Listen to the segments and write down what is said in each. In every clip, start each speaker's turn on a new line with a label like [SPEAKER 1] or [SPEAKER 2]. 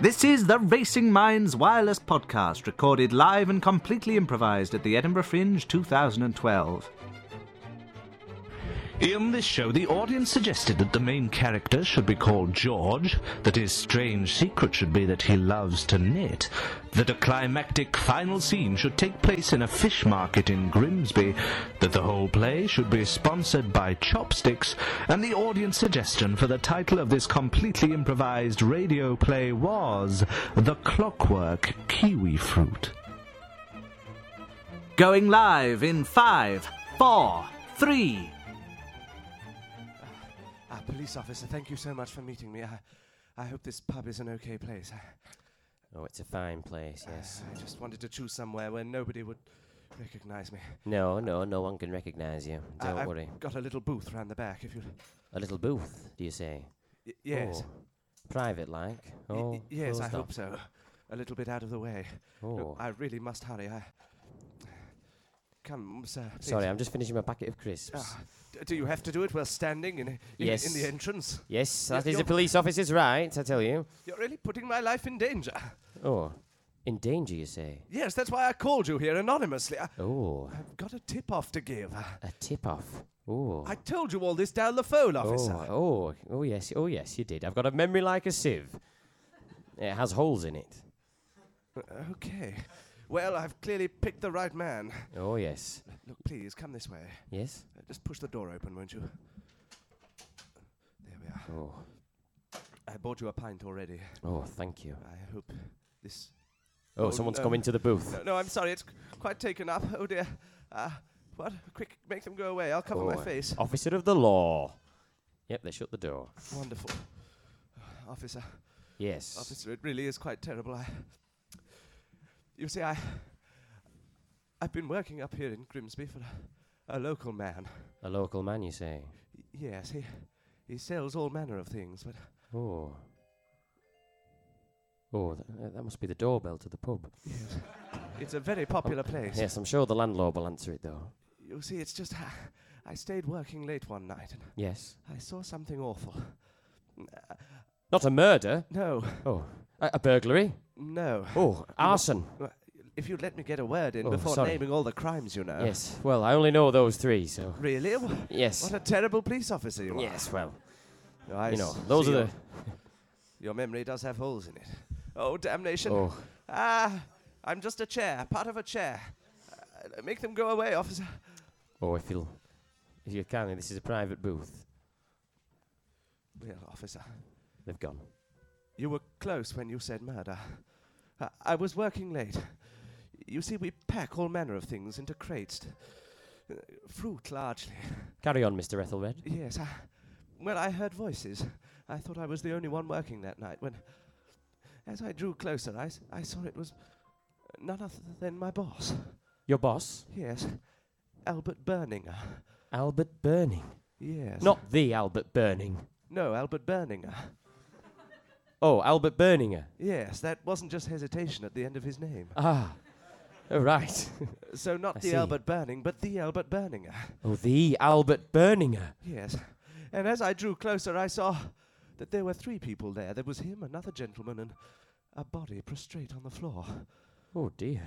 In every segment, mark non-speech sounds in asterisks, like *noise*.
[SPEAKER 1] This is the Racing Minds Wireless Podcast, recorded live and completely improvised at the Edinburgh Fringe 2012.
[SPEAKER 2] In this show, the audience suggested that the main character should be called George, that his strange secret should be that he loves to knit, that a climactic final scene should take place in a fish market in Grimsby, that the whole play should be sponsored by Chopsticks, and the audience suggestion for the title of this completely improvised radio play was The Clockwork Kiwi Fruit.
[SPEAKER 1] Going live in five, four, three.
[SPEAKER 3] Ah, police officer, thank you so much for meeting me. I, I hope this pub is an okay place. I,
[SPEAKER 4] Oh, it's a fine place, yes.
[SPEAKER 3] I just wanted to choose somewhere where nobody would recognize me.
[SPEAKER 4] No, no, no one can recognize you.
[SPEAKER 3] I-
[SPEAKER 4] Don't
[SPEAKER 3] I've
[SPEAKER 4] worry.
[SPEAKER 3] Got a little booth round the back. If you,
[SPEAKER 4] A little booth, do you say?
[SPEAKER 3] y- yes,
[SPEAKER 4] Oh, private like.
[SPEAKER 3] Y-
[SPEAKER 4] Oh,
[SPEAKER 3] y- yes, I
[SPEAKER 4] closed
[SPEAKER 3] hope
[SPEAKER 4] off.
[SPEAKER 3] so. A little bit out of the way. Look,
[SPEAKER 4] Oh,
[SPEAKER 3] I really must hurry. I come, sir. please.
[SPEAKER 4] sorry, I'm just finishing my packet of crisps.
[SPEAKER 3] Ah, d- do you have to do it while standing in in, in
[SPEAKER 4] Yes.
[SPEAKER 3] the entrance?
[SPEAKER 4] yes, that is
[SPEAKER 3] you're-
[SPEAKER 4] a police officer's right, I tell you.
[SPEAKER 3] You're really putting my life in danger.
[SPEAKER 4] Oh, in danger, you say?
[SPEAKER 3] Yes, that's why I called you here anonymously. I,
[SPEAKER 4] Oh,
[SPEAKER 3] I've got a tip off to give. Ah,
[SPEAKER 4] a tip off. Oh.
[SPEAKER 3] I told you all this down the phone, officer.
[SPEAKER 4] Oh, oh, oh yes, oh yes, you did. I've got a memory like a sieve. It has holes in it.
[SPEAKER 3] Uh, Okay. Well, I've clearly picked the right man.
[SPEAKER 4] Oh yes,
[SPEAKER 3] Look, please, come this way.
[SPEAKER 4] yes.
[SPEAKER 3] Uh, Just push the door open, won't you? There we are.
[SPEAKER 4] Oh,
[SPEAKER 3] I bought you a pint already.
[SPEAKER 4] oh, thank you.
[SPEAKER 3] I hope this.
[SPEAKER 4] Oh,
[SPEAKER 3] Oh,
[SPEAKER 4] someone's
[SPEAKER 3] no.
[SPEAKER 4] come into the booth.
[SPEAKER 3] No, no I'm sorry, it's c- quite taken up. Oh dear. Uh, what? Quick, make them go away. I'll cover
[SPEAKER 4] Oh,
[SPEAKER 3] my face.
[SPEAKER 4] Officer of the law. Yep, they shut the door.
[SPEAKER 3] Wonderful. Uh, Officer,
[SPEAKER 4] Yes.
[SPEAKER 3] officer, it really is quite terrible. I. You see, I. I've been working up here in Grimsby for a, a local man.
[SPEAKER 4] A local man, you say?
[SPEAKER 3] Y- Yes, he he sells all manner of things, but
[SPEAKER 4] Oh. Oh, that, that must be the doorbell to the pub.
[SPEAKER 3] yes, it's a very popular place.
[SPEAKER 4] Oh, Yes, I'm sure the landlord will answer it though.
[SPEAKER 3] You see, it's just uh, I stayed working late one night and
[SPEAKER 4] Yes.
[SPEAKER 3] I saw something awful. N- uh,
[SPEAKER 4] Not a murder.
[SPEAKER 3] No,
[SPEAKER 4] Oh, a, a burglary.
[SPEAKER 3] no.
[SPEAKER 4] Oh, arson.
[SPEAKER 3] uh, Well, If you'd let me get a word in
[SPEAKER 4] Oh,
[SPEAKER 3] before
[SPEAKER 4] sorry.
[SPEAKER 3] naming all the crimes, you know.
[SPEAKER 4] Yes. Well, I only know those three, so.
[SPEAKER 3] Really? Wh-
[SPEAKER 4] Yes.
[SPEAKER 3] What a terrible police officer you are.
[SPEAKER 4] Yes. Well,
[SPEAKER 3] Oh, I
[SPEAKER 4] you know,
[SPEAKER 3] s-
[SPEAKER 4] those
[SPEAKER 3] see
[SPEAKER 4] are the.
[SPEAKER 3] Your, your memory does have holes in it. Oh, damnation.
[SPEAKER 4] Oh,
[SPEAKER 3] Ah, I'm just a chair, part of a chair. Uh, make them go away, officer.
[SPEAKER 4] oh, if you'll, if you can, this is a private booth.
[SPEAKER 3] Well, officer,
[SPEAKER 4] They've gone.
[SPEAKER 3] You were close when you said murder. I, I was working late. You see, we pack all manner of things into crates. Uh, fruit, largely.
[SPEAKER 4] Carry on, Mr. Ethelred.
[SPEAKER 3] Yes, I, well, I heard voices. I thought I was the only one working that night when, as I drew closer, I, s- I saw it was none other than my boss.
[SPEAKER 4] Your boss,
[SPEAKER 3] Yes, Albert Berninger.
[SPEAKER 4] Albert Burning.
[SPEAKER 3] Yes.
[SPEAKER 4] Not the Albert Burning.
[SPEAKER 3] No, Albert Berninger.
[SPEAKER 4] Oh, Albert Berninger.
[SPEAKER 3] Yes, that wasn't just hesitation at the end of his name.
[SPEAKER 4] Ah. Oh, right.
[SPEAKER 3] So not
[SPEAKER 4] I
[SPEAKER 3] the
[SPEAKER 4] see.
[SPEAKER 3] Albert Burning, but the Albert Berninger.
[SPEAKER 4] oh, the Albert Berninger.
[SPEAKER 3] Yes. And as I drew closer, I saw that there were three people there. There was him, another gentleman, and a body prostrate on the floor.
[SPEAKER 4] Oh, dear.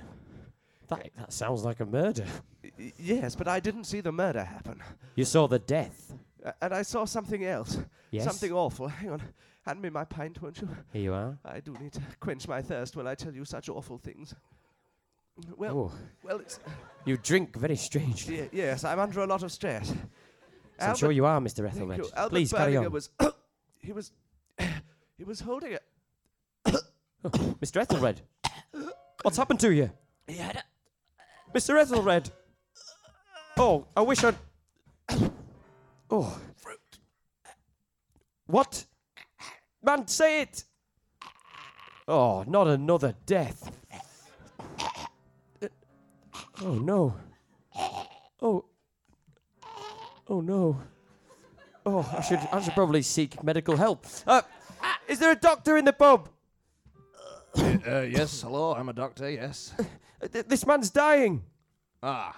[SPEAKER 4] That, that sounds like a murder.
[SPEAKER 3] Y- y- yes, but I didn't see the murder happen.
[SPEAKER 4] You saw the death.
[SPEAKER 3] A- and I saw something else.
[SPEAKER 4] Yes.
[SPEAKER 3] Something awful. Hang on. Hand me my pint, won't you?
[SPEAKER 4] Here you are.
[SPEAKER 3] I do need to quench my thirst while I tell you such awful things. Well,
[SPEAKER 4] oh,
[SPEAKER 3] well, it's,
[SPEAKER 4] you drink very strangely.
[SPEAKER 3] y- yes, I'm under a lot of stress.
[SPEAKER 4] So I'm sure
[SPEAKER 3] Albert-
[SPEAKER 4] you are, Mr.
[SPEAKER 3] Thank
[SPEAKER 4] Ethelred.
[SPEAKER 3] you. Albert
[SPEAKER 4] Please carry
[SPEAKER 3] Berninger
[SPEAKER 4] on.
[SPEAKER 3] was, *coughs* he was, *coughs* he was holding a,
[SPEAKER 4] Mr. Ethelred. What's happened to you?
[SPEAKER 3] he had a,
[SPEAKER 4] Mr. Ethelred. Oh, I wish I'd. *coughs* Oh. What? Man, say it! Oh, not another death. Uh, Oh, no. Oh. Oh, no. Oh, I should, I should probably seek medical help. Uh, is there a doctor in the pub?
[SPEAKER 5] Uh, yes, hello, I'm a doctor, yes.
[SPEAKER 4] Uh, th- this man's dying.
[SPEAKER 5] Ah.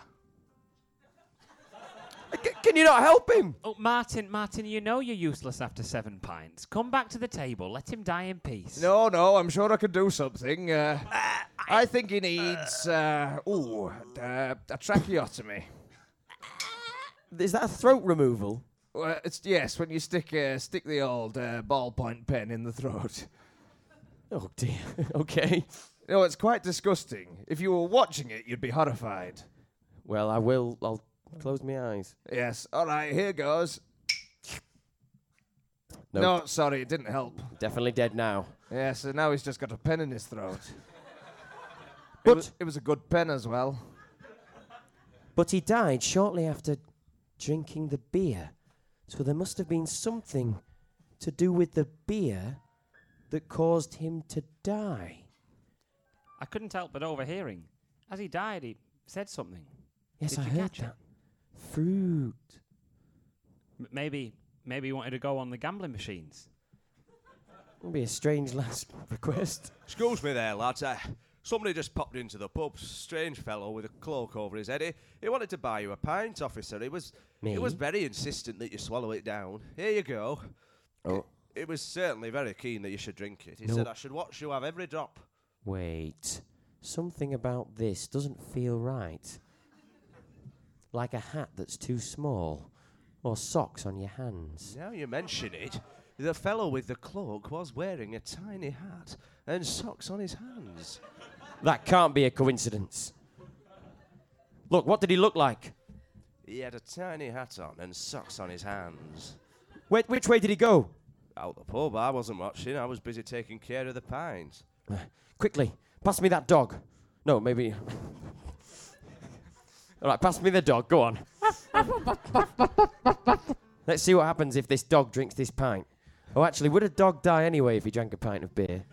[SPEAKER 4] C- can you not help him?
[SPEAKER 6] Oh, Martin, Martin, you know you're useless after seven pints. Come back to the table. Let him die in peace.
[SPEAKER 5] No, no, I'm sure I could do something. Uh,
[SPEAKER 3] Ah,
[SPEAKER 5] I think he needs, uh, ooh, uh, a tracheotomy.
[SPEAKER 4] Is that a throat removal?
[SPEAKER 5] Well, it's yes, when you stick uh, stick the old uh, ballpoint pen in the throat.
[SPEAKER 4] Oh dear. *laughs* okay.
[SPEAKER 5] You know, it's quite disgusting. If you were watching it, you'd be horrified.
[SPEAKER 4] Well, I will. I'll close my eyes.
[SPEAKER 5] Yes. All right, here goes.
[SPEAKER 4] No.
[SPEAKER 5] No, sorry, it didn't help.
[SPEAKER 4] Definitely dead now.
[SPEAKER 5] Yeah, so now he's just got a pen in his
[SPEAKER 4] *laughs*
[SPEAKER 5] throat.
[SPEAKER 4] But-
[SPEAKER 5] it was, it was a good pen as well.
[SPEAKER 4] But he died shortly after drinking the beer. So there must have been something to do with the beer that caused him to die.
[SPEAKER 6] I couldn't help but overhearing. As he died, he said something.
[SPEAKER 4] Yes,
[SPEAKER 6] Did
[SPEAKER 4] I
[SPEAKER 6] you
[SPEAKER 4] heard
[SPEAKER 6] catch it?
[SPEAKER 4] that. Fruit.
[SPEAKER 6] M- maybe, maybe he wanted to go on the gambling machines.
[SPEAKER 4] Would be a strange *laughs* last request.
[SPEAKER 3] Excuse me there, lads. Uh, somebody just popped into the pub. Strange fellow with a cloak over his head. He, he wanted to buy you a pint, officer. He was
[SPEAKER 4] Me?
[SPEAKER 3] he was very insistent that you swallow it down. Here you go.
[SPEAKER 4] Oh.
[SPEAKER 3] He was certainly very keen that you should drink it. He
[SPEAKER 4] No.
[SPEAKER 3] said I should watch you have every drop.
[SPEAKER 4] Wait. Something about this doesn't feel right. Like a hat that's too small, or socks on your hands.
[SPEAKER 3] Now you mention it, the fellow with the cloak was wearing a tiny hat and socks on his hands.
[SPEAKER 4] That can't be a coincidence. Look, what did he look like?
[SPEAKER 3] He had a tiny hat on and socks on his hands.
[SPEAKER 4] Wait, which way did he go?
[SPEAKER 3] Out the pub, I wasn't watching. I was busy taking care of the pint.
[SPEAKER 4] Quickly, pass me that dog. No, maybe. All right, pass me the dog. Go on. Let's see what happens if this dog drinks this pint. Oh, actually, would a dog die anyway if he drank a pint of beer?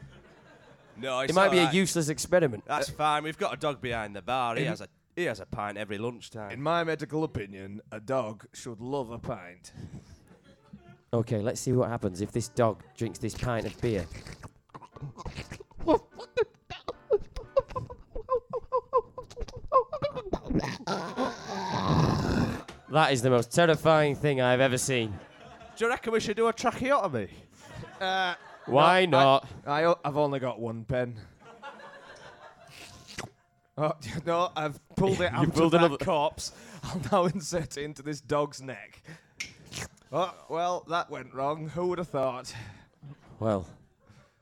[SPEAKER 3] No,
[SPEAKER 4] It might be a useless experiment.
[SPEAKER 3] That's fine. We've got a dog behind the bar. He has a he has a pint every lunchtime.
[SPEAKER 5] my medical opinion, a dog should love a pint.
[SPEAKER 4] Okay, let's see what happens if this dog drinks this pint of beer. That is the most terrifying thing I've ever seen.
[SPEAKER 3] Do you reckon we should do a tracheotomy?
[SPEAKER 4] Why not?
[SPEAKER 5] Uh, I, o- I've only got one pen. Oh, *laughs* no, I've pulled
[SPEAKER 4] *laughs*
[SPEAKER 5] it out of
[SPEAKER 4] pulled
[SPEAKER 5] that
[SPEAKER 4] another-
[SPEAKER 5] corpse. *laughs* I'll now insert it into this dog's neck. Oh, well, that went wrong. Who would have thought?
[SPEAKER 4] Well,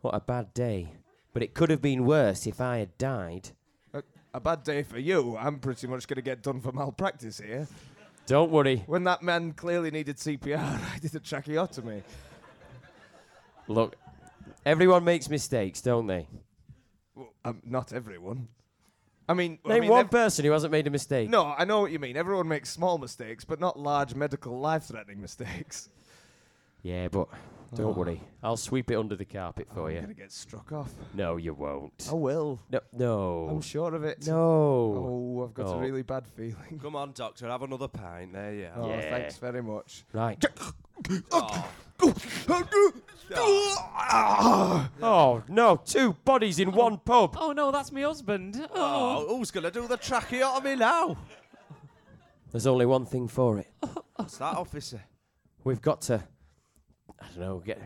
[SPEAKER 4] what a bad day. But it could have been worse if I had died.
[SPEAKER 5] A, a bad day for you. I'm pretty much going to get done for malpractice here.
[SPEAKER 4] Don't worry.
[SPEAKER 5] When that man clearly needed CPR, *laughs* I did a tracheotomy.
[SPEAKER 4] Look, everyone makes mistakes, don't they?
[SPEAKER 5] Well, um, not everyone. I mean, I
[SPEAKER 4] Name
[SPEAKER 5] mean,
[SPEAKER 4] one
[SPEAKER 5] ev-
[SPEAKER 4] person who hasn't made a mistake.
[SPEAKER 5] no, I know what you mean. Everyone makes small mistakes, but not large medical
[SPEAKER 4] *laughs*
[SPEAKER 5] life-threatening mistakes.
[SPEAKER 4] Yeah, but don't worry. I'll sweep it under the carpet for
[SPEAKER 5] Oh. I'm
[SPEAKER 4] you.
[SPEAKER 5] gonna get struck off.
[SPEAKER 4] No, you won't.
[SPEAKER 5] I will.
[SPEAKER 4] No, Oh. no,
[SPEAKER 5] I'm sure of it.
[SPEAKER 4] no.
[SPEAKER 5] Oh, I've got
[SPEAKER 4] Oh.
[SPEAKER 5] a really bad feeling.
[SPEAKER 3] Come on, doctor, have another pint. There you are.
[SPEAKER 5] Oh,
[SPEAKER 4] Yeah.
[SPEAKER 5] thanks very much.
[SPEAKER 4] Right.
[SPEAKER 3] Oh,
[SPEAKER 4] Oh no, two bodies in one pub.
[SPEAKER 6] Oh no, that's my husband. Oh,
[SPEAKER 3] oh, who's gonna do the tracheotomy now?
[SPEAKER 4] There's only one thing for it.
[SPEAKER 6] Oh.
[SPEAKER 3] What's that, officer?
[SPEAKER 4] We've got to, I don't know, get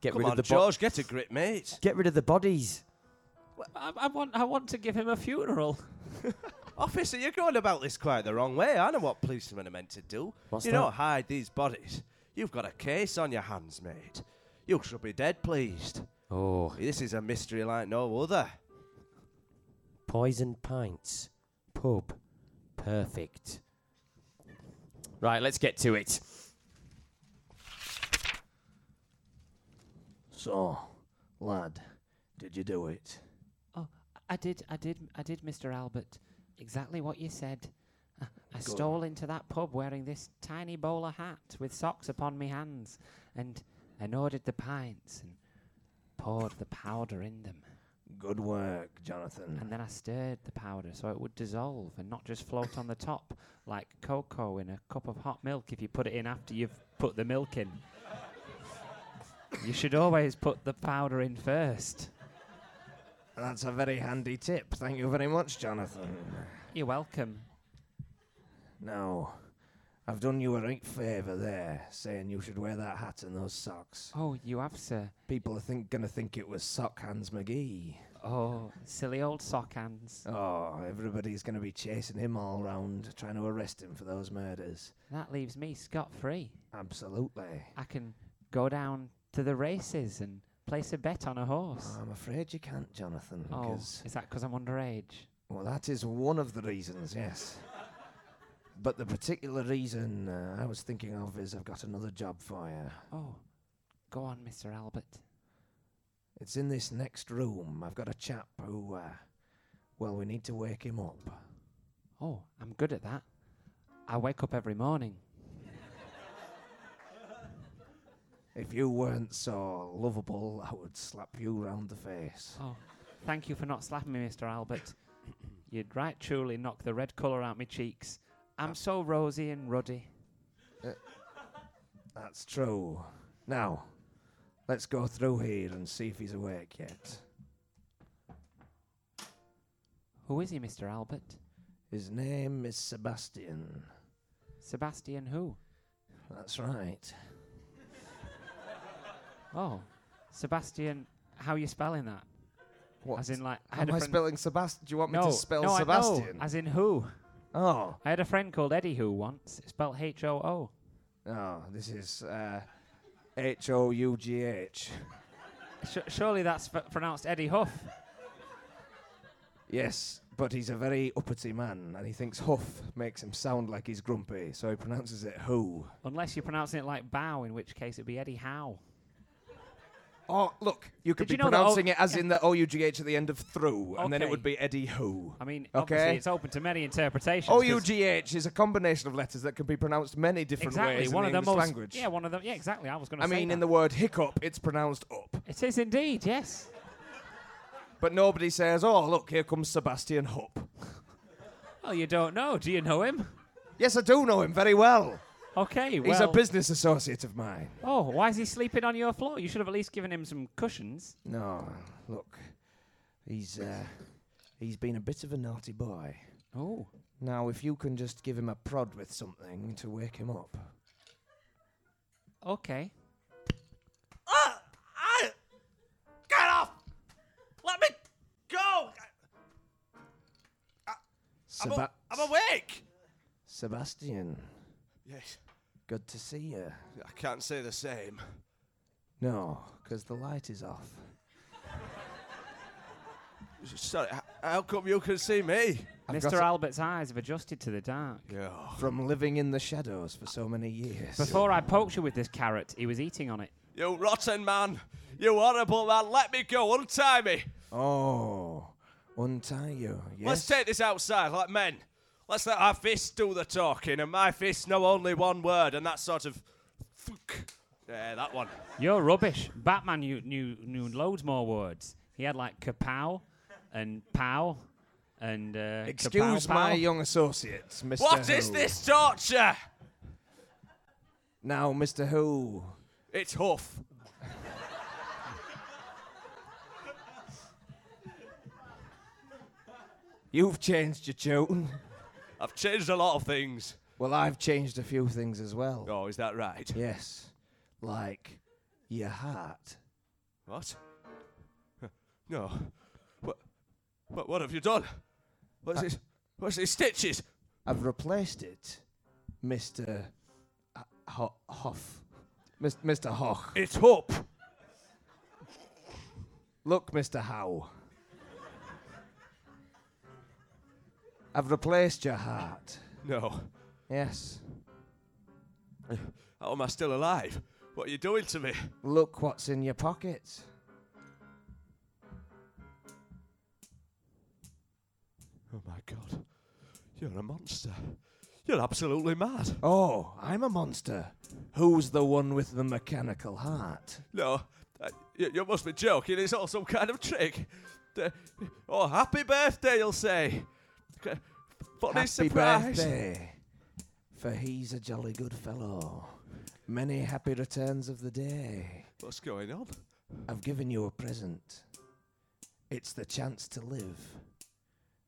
[SPEAKER 4] get
[SPEAKER 3] Come
[SPEAKER 4] rid
[SPEAKER 3] on,
[SPEAKER 4] of the bo-
[SPEAKER 3] George, get a grip, mate.
[SPEAKER 4] get rid of the bodies.
[SPEAKER 6] I, I want, I want to give him a funeral.
[SPEAKER 3] *laughs* Officer, you're going about this quite the wrong way. I know what policemen are meant to do.
[SPEAKER 4] What's
[SPEAKER 3] you
[SPEAKER 4] that?
[SPEAKER 3] don't hide these bodies. You've got a case on your hands, mate. You should be dead pleased.
[SPEAKER 4] Oh,
[SPEAKER 3] This is a mystery like no other.
[SPEAKER 4] poison pints, pub, perfect. Right, let's get to it.
[SPEAKER 5] So, lad, did you do it?
[SPEAKER 6] Oh, I did, I did, I did, Mr. Albert. Exactly what you said. I- I stole into that pub wearing this tiny bowler hat with socks upon me hands, and and ordered the pints and poured the powder in them,
[SPEAKER 5] Good work, Jonathan.
[SPEAKER 6] and then I stirred the powder so it would dissolve and not just float on the top like cocoa in a cup of hot milk if you put it in after you've put the milk in. you should always put the powder in first.
[SPEAKER 5] That's a very handy tip. Thank you very much, Jonathan.
[SPEAKER 6] You're welcome.
[SPEAKER 5] Now, I've done you a right favour there, saying you should wear that hat and those socks.
[SPEAKER 6] Oh, you have, sir.
[SPEAKER 5] People are think gonna think it was Sock Hands McGee.
[SPEAKER 6] Oh, silly old sock hands.
[SPEAKER 5] Oh, everybody's gonna be chasing him all round, trying to arrest him for those murders.
[SPEAKER 6] That leaves me scot free.
[SPEAKER 5] Absolutely.
[SPEAKER 6] I can go down to the races and place a bet on a horse.
[SPEAKER 5] I'm afraid you can't, Jonathan.
[SPEAKER 6] Oh,
[SPEAKER 5] 'cause-
[SPEAKER 6] is that 'cause I'm underage?
[SPEAKER 5] well, that is one of the reasons,
[SPEAKER 6] Mm-hmm.
[SPEAKER 5] yes. But the particular reason uh, I was thinking of is I've got another job for you.
[SPEAKER 6] Oh, go on, Mr. Albert.
[SPEAKER 5] It's in this next room. I've got a chap who, uh, well, we need to wake him up.
[SPEAKER 6] Oh, I'm good at that. I wake up every morning.
[SPEAKER 5] If you weren't so lovable, I would slap you round the face.
[SPEAKER 6] Oh, thank you for not slapping me, Mr. Albert. *coughs* You'd right truly knock the red colour out my cheeks.
[SPEAKER 5] Uh,
[SPEAKER 6] I'm so rosy and ruddy.
[SPEAKER 5] That's true. Now, let's go through here and see if he's awake yet.
[SPEAKER 6] Who is he, Mr. Albert?
[SPEAKER 5] His name is Sebastian.
[SPEAKER 6] Sebastian who?
[SPEAKER 5] That's right.
[SPEAKER 6] Oh, Sebastian. How you spelling that?
[SPEAKER 5] What?
[SPEAKER 6] As in, like, I had
[SPEAKER 5] Am
[SPEAKER 6] a
[SPEAKER 5] I
[SPEAKER 6] friend-
[SPEAKER 5] spelling Sebastian? Do you want me to spell
[SPEAKER 6] no, I- no,
[SPEAKER 5] Sebastian?
[SPEAKER 6] as in who?
[SPEAKER 5] Oh,
[SPEAKER 6] I had a friend called Eddie who once. It's spelled H O O.
[SPEAKER 5] oh, this is uh, H O U G H.
[SPEAKER 6] Su- Surely that's f- pronounced Eddie Huff.
[SPEAKER 5] Yes, but he's a very uppity man, and he thinks huff makes him sound like he's grumpy, so he pronounces it who.
[SPEAKER 6] Unless you're pronouncing it like bow, in which case it'd be Eddie Howe.
[SPEAKER 5] Oh, look, you could
[SPEAKER 6] Did you
[SPEAKER 5] be
[SPEAKER 6] know that O-
[SPEAKER 5] pronouncing it as in the O U G H at the end of through, and then it
[SPEAKER 6] Okay.
[SPEAKER 5] would be Eddie who.
[SPEAKER 6] I mean,
[SPEAKER 5] Okay.
[SPEAKER 6] obviously, it's open to many interpretations. 'cause-
[SPEAKER 5] O U G H is a combination of letters that can be pronounced many different
[SPEAKER 6] Exactly,
[SPEAKER 5] ways
[SPEAKER 6] one
[SPEAKER 5] in
[SPEAKER 6] of
[SPEAKER 5] the
[SPEAKER 6] the
[SPEAKER 5] English
[SPEAKER 6] most.
[SPEAKER 5] language.
[SPEAKER 6] Yeah, one of them. Yeah, exactly. I was going to
[SPEAKER 5] I
[SPEAKER 6] say.
[SPEAKER 5] mean, in
[SPEAKER 6] that.
[SPEAKER 5] the word hiccup, it's pronounced up.
[SPEAKER 6] It is indeed, yes.
[SPEAKER 5] *laughs* But nobody says, oh, look, here comes Sebastian Hupp.
[SPEAKER 6] *laughs* Well, you don't know. Do you know him?
[SPEAKER 5] Yes, I do know him very well.
[SPEAKER 6] Okay, well.
[SPEAKER 5] He's a business associate of mine.
[SPEAKER 6] Oh, why is he sleeping on your floor? You should have at least given him some cushions.
[SPEAKER 5] No, look, he's uh, he's been a bit of a naughty boy.
[SPEAKER 6] Oh.
[SPEAKER 5] Now, if you can just give him a prod with something to wake him up.
[SPEAKER 6] Okay.
[SPEAKER 7] Get Uh, off! Let me go! I'm,
[SPEAKER 5] Seba-
[SPEAKER 7] I'm awake!
[SPEAKER 5] Sebastian,
[SPEAKER 7] Yes,
[SPEAKER 5] good to see you.
[SPEAKER 7] I can't say the same.
[SPEAKER 5] No, 'cause the light is off.
[SPEAKER 7] S- Sorry, h- how come you can see me?
[SPEAKER 5] I've got
[SPEAKER 6] Mr.
[SPEAKER 5] a-
[SPEAKER 6] Albert's eyes have adjusted to the dark.
[SPEAKER 7] Yeah.
[SPEAKER 5] From living in the shadows for so many years.
[SPEAKER 6] Before I poked you with this carrot, he was eating on it.
[SPEAKER 7] You rotten man! You horrible man! Let me go! Untie me!
[SPEAKER 5] Oh, untie you. Yes.
[SPEAKER 7] Let's take this outside like men. Let's let our fists do the talking, and my fists know only one word, and that sort of. Fuck. Yeah, that one.
[SPEAKER 6] You're rubbish. Batman knew, knew, knew loads more words. He had like kapow and pow and. Uh,
[SPEAKER 5] Excuse
[SPEAKER 6] kapow, pow.
[SPEAKER 5] my young associate, Mr.
[SPEAKER 7] What is
[SPEAKER 5] Who.
[SPEAKER 7] this torture?
[SPEAKER 5] Now, Mr. Who,
[SPEAKER 7] It's Huff.
[SPEAKER 5] you've changed your tune.
[SPEAKER 7] *laughs* I've changed a lot of things.
[SPEAKER 5] Well, I've changed a few things as well.
[SPEAKER 7] Oh, is that right?
[SPEAKER 5] Yes. Like your heart.
[SPEAKER 7] What? *laughs* No. What? What? What have you done? What's this? What's these stitches?
[SPEAKER 5] I've replaced it, Mr. H- Ho- Hoff. Mis- Mr. Hoch.
[SPEAKER 7] It's Hupp.
[SPEAKER 5] Look, Mr. Howe. I've replaced your heart.
[SPEAKER 7] No.
[SPEAKER 5] Yes.
[SPEAKER 7] How am I still alive? What are you doing to me?
[SPEAKER 5] Look what's in your pocket.
[SPEAKER 7] Oh my god. You're a monster. You're absolutely mad.
[SPEAKER 5] Oh, I'm a monster. Who's the one with the mechanical heart?
[SPEAKER 7] No, uh, you, you must be joking. It's all some kind of trick. Uh, oh, happy birthday, you'll say. C- Funny
[SPEAKER 5] Happy
[SPEAKER 7] surprise.
[SPEAKER 5] birthday. For he's a jolly good fellow. Many happy returns of the day.
[SPEAKER 7] What's going on?
[SPEAKER 5] I've given you a present. It's the chance to live.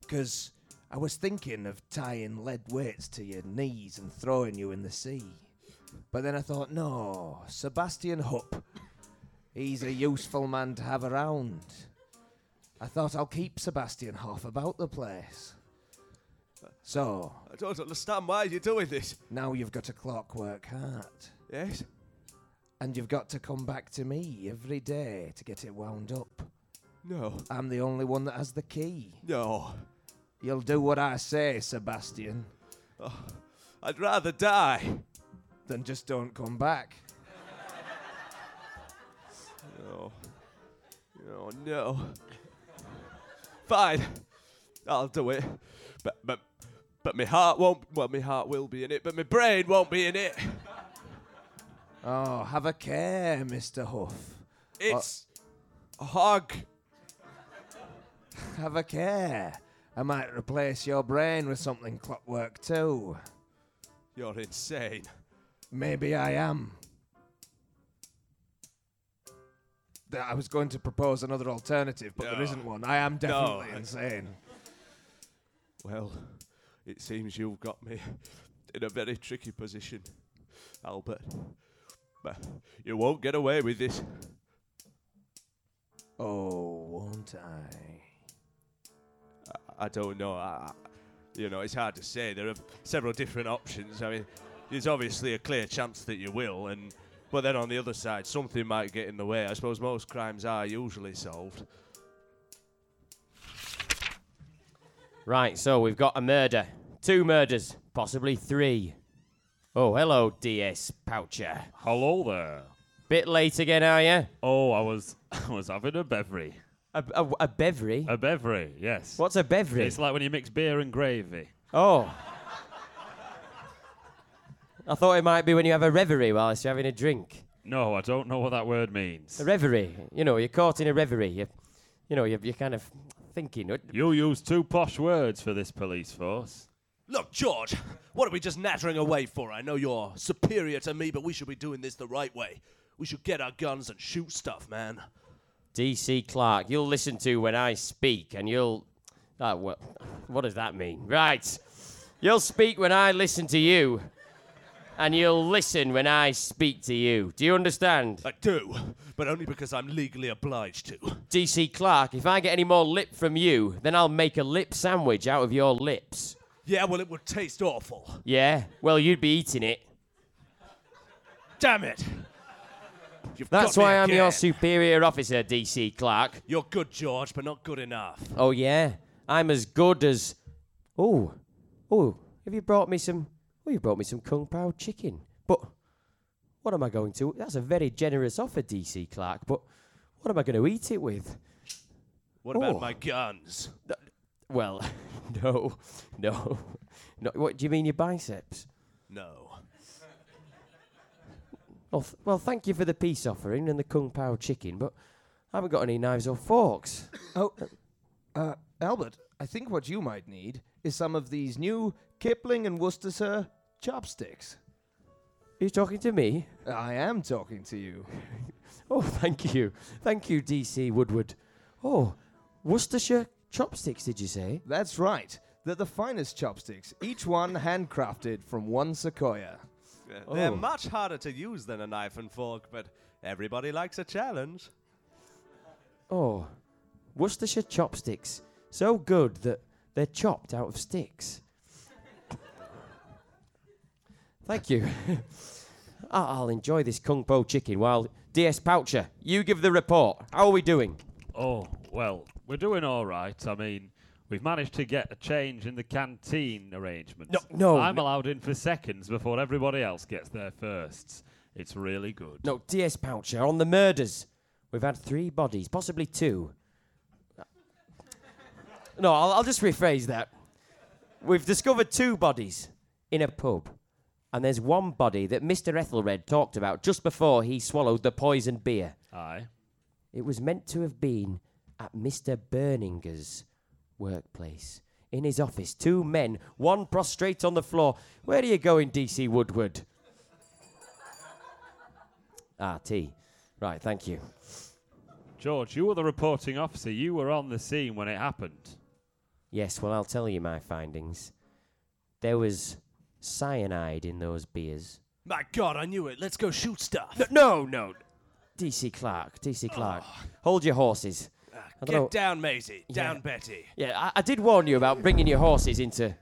[SPEAKER 5] 'Cause I was thinking of tying lead weights to your knees and throwing you in the sea. But then I thought, no, Sebastian Hupp. He's a useful man to have around. I thought I'll keep Sebastian Hoff about the place. So,
[SPEAKER 3] I don't understand why you're doing this.
[SPEAKER 5] now you've got a clockwork heart.
[SPEAKER 3] Yes?
[SPEAKER 5] And you've got to come back to me every day to get it wound up.
[SPEAKER 3] No.
[SPEAKER 5] I'm the only one that has the key.
[SPEAKER 3] No.
[SPEAKER 5] You'll do what I say, Sebastian,
[SPEAKER 3] Oh, I'd rather die.
[SPEAKER 5] then just don't come back.
[SPEAKER 3] No. Oh no. Fine. I'll do it. But but but my heart won't well my heart will be in it, but my brain won't be in it.
[SPEAKER 5] Oh, have a care, Mr. Huff.
[SPEAKER 3] It's a hog.
[SPEAKER 5] Have a care. I might replace your brain with something clockwork too.
[SPEAKER 3] You're insane.
[SPEAKER 5] Maybe I am. Th- I was going to propose another alternative, but there
[SPEAKER 3] No.
[SPEAKER 5] isn't one. I am definitely
[SPEAKER 3] I-
[SPEAKER 5] insane.
[SPEAKER 3] Well, it seems you've got me in a very tricky position, Albert. But you won't get away with this.
[SPEAKER 5] Oh, won't I?
[SPEAKER 3] I don't know. I, I- you know, it's hard to say. There are several different options. I mean, there's obviously a clear chance that you will, and but then on the other side, something might get in the way. I suppose most crimes are usually solved.
[SPEAKER 4] Right, so we've got a murder. Two murders, possibly three. Oh, hello, DS Poucher.
[SPEAKER 8] Hello there.
[SPEAKER 4] Bit late again, are you?
[SPEAKER 8] Oh, I was *laughs* I was having a bevery.
[SPEAKER 4] A, a, a bevery?
[SPEAKER 8] A bevery, yes.
[SPEAKER 4] What's a bevery?
[SPEAKER 8] It's like when you mix beer and gravy.
[SPEAKER 4] Oh. I thought it might be when you have a reverie whilst you're having a drink.
[SPEAKER 8] No, I don't know what that word means.
[SPEAKER 4] A reverie. You know, you're caught in a reverie. You, you know, you're, you're kind of thinking. uh,
[SPEAKER 8] You use two posh words for this police force.
[SPEAKER 3] Look, George, what are we just nattering away for? I know you're superior to me, but we should be doing this the right way. We should get our guns and shoot stuff, man.
[SPEAKER 4] DC Clark, you'll listen to when I speak and you'll. Ah, what, what does that mean? Right. You'll speak when I listen to you. And you'll listen when I speak to you. Do you understand?
[SPEAKER 3] I do, but only because I'm legally obliged to.
[SPEAKER 4] DC Clark, if I get any more lip from you, then I'll make a lip sandwich out of your lips.
[SPEAKER 3] Yeah, well, it would taste awful.
[SPEAKER 4] Yeah? Well, you'd be eating it.
[SPEAKER 3] Damn it! You've
[SPEAKER 4] That's
[SPEAKER 3] got me
[SPEAKER 4] why I'm your
[SPEAKER 3] again.
[SPEAKER 4] superior officer, DC Clark.
[SPEAKER 3] You're good, George, but not good enough.
[SPEAKER 4] Oh, yeah? I'm as good as. Oh, oh, have you brought me some. Oh, you brought me some Kung Pao chicken. But what am I going to. That's a very generous offer, DC Clark, but what am I going to eat it with?
[SPEAKER 3] What about
[SPEAKER 4] Oh.
[SPEAKER 3] my guns?
[SPEAKER 4] Well, *laughs* no, no. no. What do you mean, your biceps?
[SPEAKER 3] No.
[SPEAKER 4] Well, th- well, thank you for the peace offering and the kung pao chicken, but I haven't got any knives or forks.
[SPEAKER 5] Oh, uh, Albert, I think what you might need is some of these new Kipling and Worcestershire chopsticks.
[SPEAKER 4] Are you talking to me?
[SPEAKER 5] I am talking to you.
[SPEAKER 4] *laughs* Oh, thank you, thank you, DC Woodward. Oh, Worcestershire chopsticks, did you say?
[SPEAKER 5] That's right. They're the finest chopsticks, each one handcrafted from one sequoia.
[SPEAKER 3] They're
[SPEAKER 4] Oh.
[SPEAKER 3] much harder to use than a knife and fork, but everybody likes a challenge.
[SPEAKER 4] Oh, Worcestershire chopsticks, so good that they're chopped out of sticks. thank you. *laughs* I- I'll enjoy this kung pao chicken while DS Poucher, you give the report. How are we doing?
[SPEAKER 8] Oh, well, we're doing all right. I mean, we've managed to get a change in the canteen arrangements.
[SPEAKER 4] No, no,
[SPEAKER 8] I'm
[SPEAKER 4] no.
[SPEAKER 8] allowed in for seconds before everybody else gets there firsts. It's really good.
[SPEAKER 4] No, DS Poucher, on the murders. We've had three bodies, possibly two. No, I'll, I'll just rephrase that. We've discovered two bodies in a pub, and there's one body that Mr. Ethelred talked about just before he swallowed the poisoned beer.
[SPEAKER 8] Aye.
[SPEAKER 4] It was meant to have been at Mr. Berninger's workplace. In his office, two men, one prostrate on the floor. Where are you going, DC Woodward? ah, tea. Right, thank you.
[SPEAKER 8] George, you were the reporting officer. You were on the scene when it happened.
[SPEAKER 4] Yes, well, I'll tell you my findings. There was cyanide in those beers.
[SPEAKER 3] My God, I knew it. Let's go shoot stuff.
[SPEAKER 4] No, no. DC Clark, DC Clark. Hold your horses. I
[SPEAKER 3] Oh. Ah, Get
[SPEAKER 4] don't know-
[SPEAKER 3] down, Maisie. Down,
[SPEAKER 4] Yeah.
[SPEAKER 3] Betty.
[SPEAKER 4] Yeah, I, I did warn you about bringing your horses into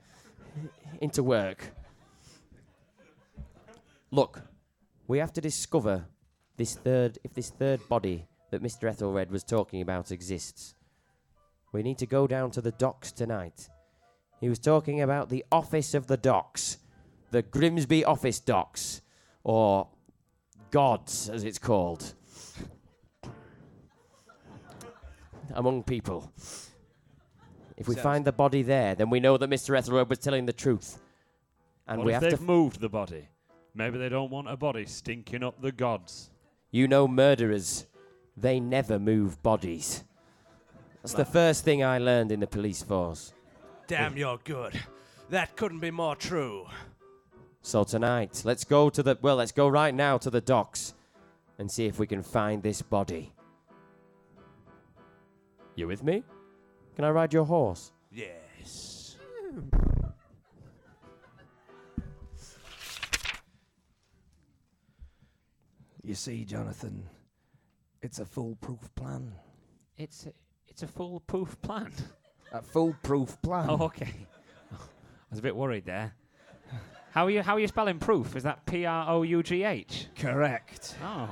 [SPEAKER 4] into work. Look, we have to discover this third if this third body that Mr. Ethelred was talking about exists. We need to go down to the docks tonight. He was talking about the office of the docks, the Grimsby office docks, or gods as it's called. *laughs* Among people. If we
[SPEAKER 3] Sounds-
[SPEAKER 4] find the body there, then we know that Mr. Ethelred was telling the truth. And
[SPEAKER 8] what
[SPEAKER 4] we
[SPEAKER 8] if
[SPEAKER 4] have
[SPEAKER 8] they've
[SPEAKER 4] to. f-
[SPEAKER 8] moved the body? Maybe they don't want a body stinking up the gods.
[SPEAKER 4] you know, murderers, they never move bodies. That's the first thing I learned in the police force.
[SPEAKER 3] Damn, you're good. That couldn't be more true.
[SPEAKER 4] So tonight, let's go to the. Well, let's go right now to the docks and see if we can find this body. You with me? Can I ride your horse?
[SPEAKER 3] Yes.
[SPEAKER 5] You see, Jonathan, it's a foolproof plan.
[SPEAKER 6] It's a, it's a foolproof plan.
[SPEAKER 5] A foolproof plan.
[SPEAKER 6] Oh, okay. *laughs* I was a bit worried there. How are you? How are you spelling proof? Is that P R O U G H?
[SPEAKER 5] Correct.
[SPEAKER 6] Oh,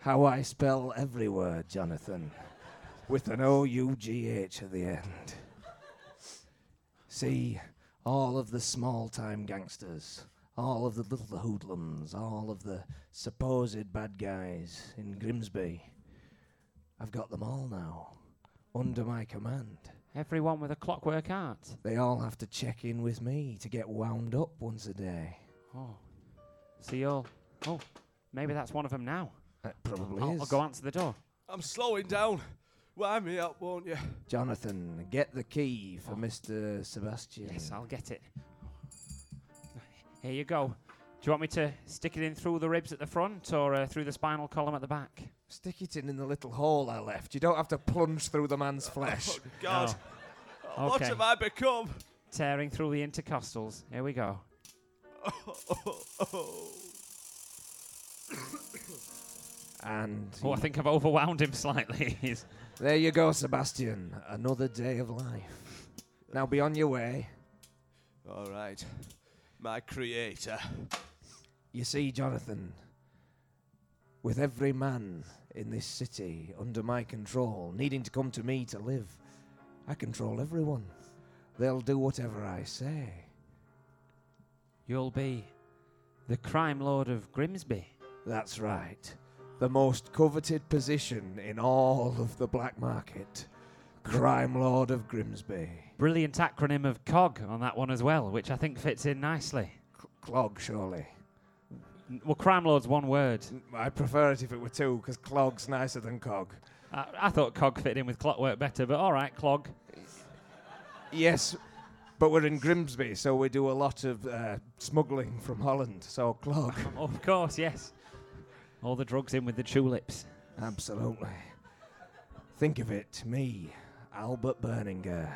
[SPEAKER 5] How I spell every word, Jonathan, with an O U G H at the end. See, all of the small time gangsters, all of the little hoodlums, all of the supposed bad guys in Grimsby, I've got them all now under my command.
[SPEAKER 6] everyone with a clockwork art.
[SPEAKER 5] They all have to check in with me to get wound up once a day.
[SPEAKER 6] Oh, so you'll. Oh, maybe that's one of them now.
[SPEAKER 5] That probably
[SPEAKER 6] I'll,
[SPEAKER 5] is.
[SPEAKER 6] I'll go answer the door.
[SPEAKER 3] I'm slowing down. Wind me up, won't you?
[SPEAKER 5] Jonathan, get the key for Mr. Sebastian.
[SPEAKER 6] Oh. Yes, I'll get it. Here you go. Do you want me to stick it in through the ribs at the front or uh, through the spinal column at the back?
[SPEAKER 5] Stick it in in the little hole I left. You don't have to plunge through the man's flesh.
[SPEAKER 3] Oh, *laughs* God, Oh, what
[SPEAKER 6] Okay.
[SPEAKER 3] have I become?
[SPEAKER 6] Tearing through the intercostals. Here we go.
[SPEAKER 9] Oh.
[SPEAKER 5] And
[SPEAKER 6] Oh, I think I've overwhelmed him slightly. *laughs* He's-
[SPEAKER 5] there you go, Sebastian. Another day of life. Now be on your way.
[SPEAKER 3] All right. My creator.
[SPEAKER 5] You see, Jonathan, with every man in this city under my control, needing to come to me to live, I control everyone. They'll do whatever I say.
[SPEAKER 6] You'll be the crime lord of Grimsby.
[SPEAKER 5] That's right. The most coveted position in all of the black market. Crime Lord of Grimsby.
[SPEAKER 6] Brilliant acronym of COG on that one as well, which I think fits in nicely.
[SPEAKER 5] Clog, surely. Mm,
[SPEAKER 6] N- Well, crime lord's one word.
[SPEAKER 5] I prefer it if it were two, because clog's nicer than cog.
[SPEAKER 6] I, I thought COG fit in with clockwork better, but all right, clog.
[SPEAKER 5] Yes, but we're in Grimsby, so we do a lot of uh, smuggling from Holland, so clog.
[SPEAKER 6] *laughs* Of course, yes. All the drugs in with the tulips.
[SPEAKER 5] Absolutely. Think of it, me, Albert Berninger,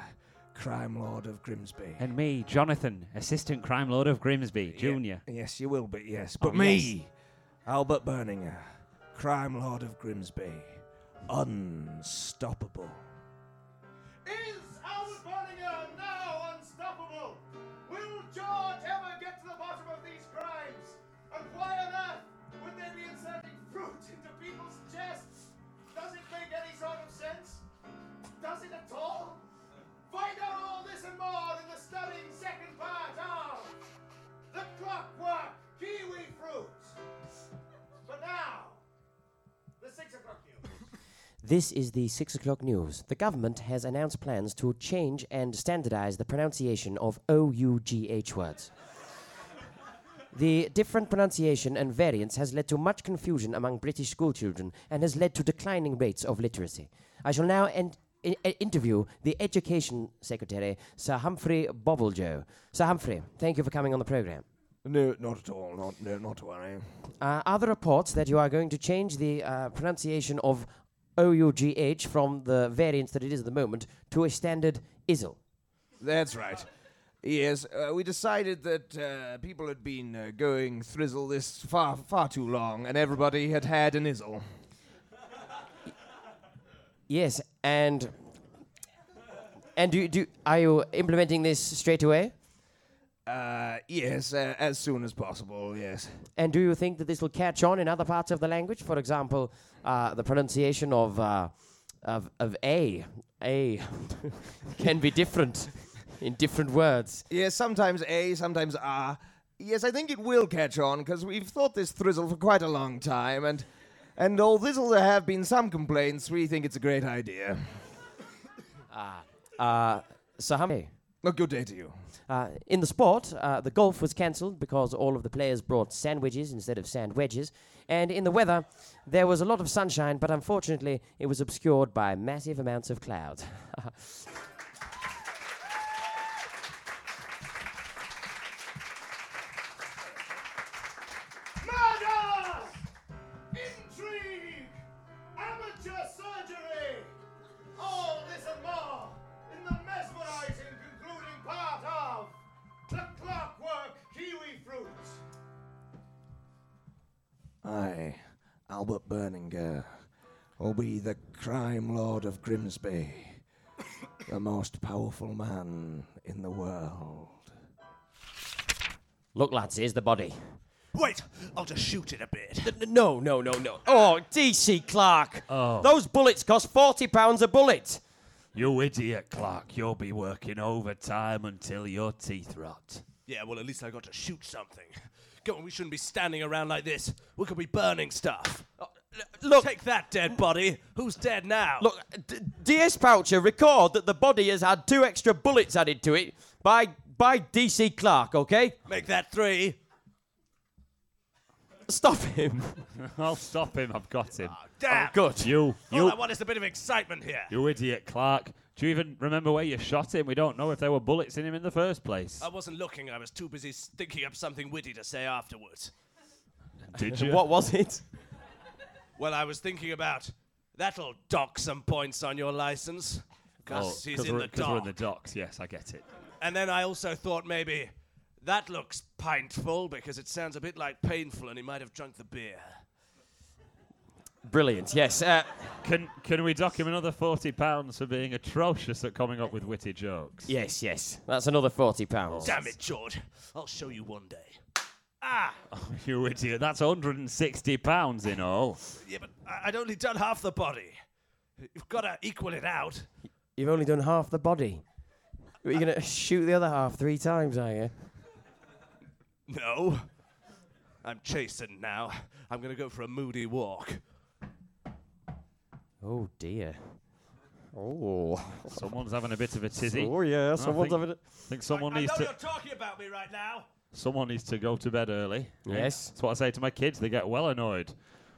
[SPEAKER 5] crime lord of Grimsby.
[SPEAKER 6] And me, Jonathan, Assistant Crime Lord of Grimsby, Junior.
[SPEAKER 5] Yes, you will be, yes. But
[SPEAKER 6] Oh,
[SPEAKER 5] me,
[SPEAKER 6] yes.
[SPEAKER 5] Albert Berninger, crime lord of Grimsby, unstoppable.
[SPEAKER 10] Is Albert Berninger now unstoppable? Will George ever get to the bottom of these crimes? And why on earth would they be inserting fruit into people's chests? Does it make any sort of sense? Does it at all? Find out all this and more in the stunning second part of The Clockwork Kiwi Fruit. But now, the six o'clock news.
[SPEAKER 4] This is the 6 o'clock news. The government has announced plans to change and standardize the pronunciation of OUGH words. The different pronunciation and variants has led to much confusion among British schoolchildren and has led to declining rates of literacy. I shall now end, i- i- interview the Education Secretary, Sir Humphrey Bobblejoe. Sir Humphrey, thank you for coming on the programme.
[SPEAKER 5] No, Uh, not at all. Not, no, not worrying.
[SPEAKER 4] Uh, are there reports that you are going to change the uh, pronunciation of OUGH from the variant that it is at the moment to a standard ISIL.
[SPEAKER 5] That's right. Yes, uh, we decided that uh, people had been uh, going thrizzle this far, far too long, and everybody had had an izzle.
[SPEAKER 4] Yes, and and do do are you implementing this straight away?
[SPEAKER 5] Uh, yes, uh, as soon as possible. Yes.
[SPEAKER 4] And do you think that this will catch on in other parts of the language? For example, uh, the pronunciation of uh, of of a a *laughs* can be different in different words.
[SPEAKER 5] Yes, sometimes A, sometimes R. Yes, I think it will catch on because we've thought this thrizzle for quite a long time, and and although there have been some complaints, we think it's a great idea.
[SPEAKER 4] Uh, so how many?
[SPEAKER 5] A good day to you.
[SPEAKER 4] Uh, in the sport, uh, the golf was cancelled because all of the players brought sandwiches instead of sand wedges. And in the weather, there was a lot of sunshine, but unfortunately, it was obscured by massive amounts of cloud. *laughs*
[SPEAKER 10] Murders! Intrigue! Amateur surgery! All this and more in the mesmerizing concluding part of The Clockwork Kiwi Fruit.
[SPEAKER 5] I, Albert Berninger, will be the crime lord of Grimsby, the most powerful man in the world.
[SPEAKER 4] Look, lads, here's the body.
[SPEAKER 9] Wait, I'll just shoot it a bit.
[SPEAKER 4] No, no, no, no. Oh, DC Clark. Those bullets cost forty pounds a bullet.
[SPEAKER 9] You idiot, Clark. You'll be working overtime until your teeth rot. Yeah, well, at least I got to shoot something. Go on, we shouldn't be standing around like this. We could be burning stuff. Oh, l-
[SPEAKER 4] Look-
[SPEAKER 9] Take that, dead body. Who's dead now?
[SPEAKER 4] Look, D- DS Poucher record that the body has had two extra bullets added to it by by DC Clark. Okay,
[SPEAKER 9] Make that three.
[SPEAKER 4] stop him.
[SPEAKER 8] *laughs* I'll stop him. I've got him.
[SPEAKER 9] Oh,
[SPEAKER 8] Oh,
[SPEAKER 9] Damn.
[SPEAKER 4] Good.
[SPEAKER 8] You,
[SPEAKER 9] All
[SPEAKER 8] you,
[SPEAKER 9] I want is a bit of excitement here.
[SPEAKER 8] you idiot, Clark. Do you even remember where you shot him? We don't know if there were bullets in him in the first place.
[SPEAKER 9] I wasn't looking. I was too busy s- thinking up something witty to say afterwards.
[SPEAKER 4] *laughs*
[SPEAKER 8] Did you?
[SPEAKER 4] What was it?
[SPEAKER 9] Well, I was thinking about that'll dock some points on your license.
[SPEAKER 8] Oh,
[SPEAKER 9] Because he's in
[SPEAKER 8] we're,
[SPEAKER 9] the
[SPEAKER 8] 'cause we're
[SPEAKER 9] dock.
[SPEAKER 8] in the docks. Yes, I get it.
[SPEAKER 9] And then I also thought maybe that looks pintful because it sounds a bit like painful and he might have drunk the beer.
[SPEAKER 4] Brilliant. Yes. Uh,
[SPEAKER 8] Can can we dock him another forty pounds for being atrocious at coming up with witty jokes?
[SPEAKER 4] yes. Yes. That's another forty
[SPEAKER 8] Oh.
[SPEAKER 4] pounds.
[SPEAKER 9] Damn it, George. I'll show you one day.
[SPEAKER 8] *laughs* you idiot. That's 160 pounds in all.
[SPEAKER 9] Yeah, but I- I'd only done half the body. You've got to equal it out.
[SPEAKER 4] You've only done half the body. You're gonna *laughs* shoot the other half three times, are you?
[SPEAKER 9] No. I'm chastened now. I'm going to go for a moody walk.
[SPEAKER 4] Oh dear. Oh.
[SPEAKER 8] Someone's having a bit of a tizzy.
[SPEAKER 4] Oh yeah.
[SPEAKER 8] I
[SPEAKER 4] Someone's
[SPEAKER 8] think-
[SPEAKER 4] having it.
[SPEAKER 8] think someone
[SPEAKER 9] I
[SPEAKER 8] needs
[SPEAKER 9] know
[SPEAKER 8] to
[SPEAKER 9] you're talking about me right now.
[SPEAKER 8] someone needs to go to bed early. Yeah.
[SPEAKER 4] Yes.
[SPEAKER 8] That's what I say to my kids. They get well annoyed.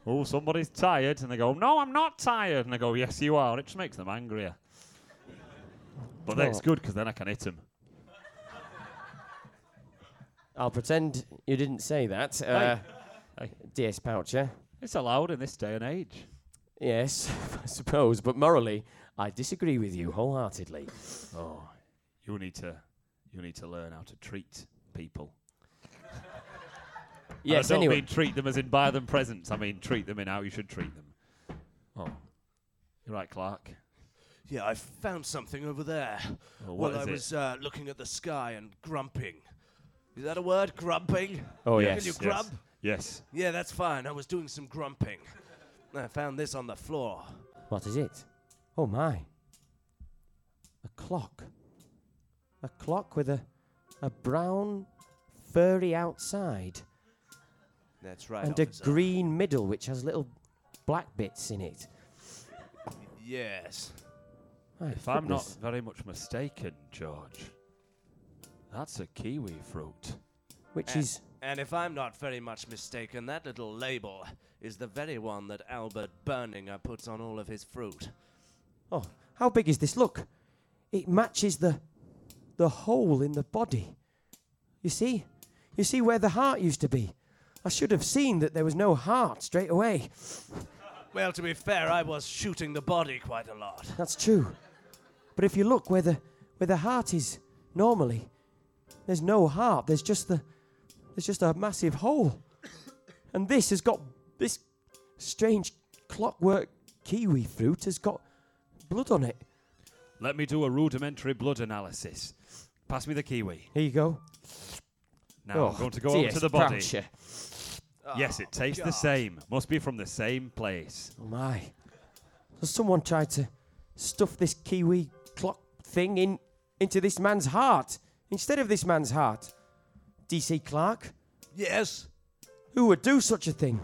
[SPEAKER 8] Oh, somebody's tired, and they go, "No, I'm not tired," and I go, "Yes, you are." It just makes them angrier. But that's
[SPEAKER 4] Oh.
[SPEAKER 8] good because then I can hit them.
[SPEAKER 4] I'll pretend you didn't say that. Uh,
[SPEAKER 8] Hey.
[SPEAKER 4] DS Poucher.
[SPEAKER 8] It's allowed in this day and age.
[SPEAKER 4] Yes, *laughs* I suppose, but morally, I disagree with you wholeheartedly.
[SPEAKER 8] Oh, you need to you need to learn how to treat people. And
[SPEAKER 4] *laughs* Yes,
[SPEAKER 8] I don't
[SPEAKER 4] anyway.
[SPEAKER 8] mean treat them as in buy them presents. I mean treat them in how you should treat them. Oh, you're right, Clark.
[SPEAKER 9] Yeah, I found something over there.
[SPEAKER 8] Well, what
[SPEAKER 9] Well, I
[SPEAKER 8] is it?
[SPEAKER 9] was uh, looking at the sky and grumping. Is that a word? Grumping?
[SPEAKER 4] oh,
[SPEAKER 9] Can
[SPEAKER 4] yes.
[SPEAKER 9] you grub?
[SPEAKER 8] Yes.
[SPEAKER 9] Yeah, that's fine. I was doing some grumping. I found this on the floor.
[SPEAKER 4] What is it? Oh, my. A clock. A clock with a, a brown, furry outside
[SPEAKER 9] That's right.
[SPEAKER 4] and a
[SPEAKER 9] officer.
[SPEAKER 4] green middle, which has little black bits in it.
[SPEAKER 9] Yes.
[SPEAKER 4] My
[SPEAKER 8] If I'm not
[SPEAKER 4] goodness.
[SPEAKER 8] very much mistaken, George, that's a kiwi fruit.
[SPEAKER 4] Which
[SPEAKER 9] Eh.
[SPEAKER 4] is.
[SPEAKER 9] And if I'm not very much mistaken, that little label is the very one that Albert Berninger puts on all of his fruit.
[SPEAKER 4] Oh, how big is this? Look, it matches the the hole in the body. You see, you see where the heart used to be. I should have seen that there was no heart straight away.
[SPEAKER 9] Well, to be fair, I was shooting the body quite a lot.
[SPEAKER 4] That's true. But if you look where the where the heart is normally, there's no heart. There's just the there's just a massive hole. And this has got this strange clockwork kiwi fruit has got blood on it.
[SPEAKER 8] Let me do a rudimentary blood analysis. Pass me the kiwi.
[SPEAKER 4] Here you go.
[SPEAKER 8] Now
[SPEAKER 4] Oh,
[SPEAKER 8] I'm going to go over
[SPEAKER 4] dear Oh,
[SPEAKER 8] to the body.
[SPEAKER 4] Groucho.
[SPEAKER 8] Yes, it tastes the same. Must be from the same place.
[SPEAKER 4] Oh my. So someone tried to stuff this kiwi clock thing in into this man's heart instead of this man's heart. DC Clark,
[SPEAKER 9] Yes?
[SPEAKER 4] who would do such a thing?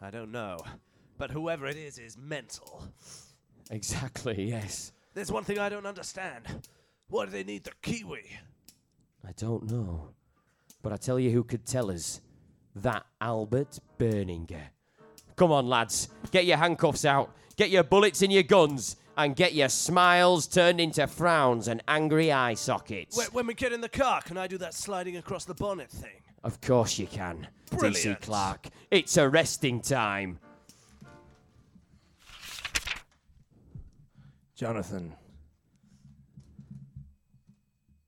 [SPEAKER 9] I don't know. But whoever it is is mental.
[SPEAKER 4] Exactly, yes.
[SPEAKER 9] There's one thing I don't understand. Why do they need the kiwi?
[SPEAKER 4] I don't know. But I tell you who could tell us that Albert Berninger. Come on, lads. Get your handcuffs out. Get your bullets in your guns. And get your smiles turned into frowns and angry eye sockets.
[SPEAKER 9] Wh- when we get in the car, can I do that sliding across the bonnet thing?
[SPEAKER 4] Of course you can, DC
[SPEAKER 9] Brilliant.
[SPEAKER 4] Clark. It's arresting time.
[SPEAKER 5] Jonathan.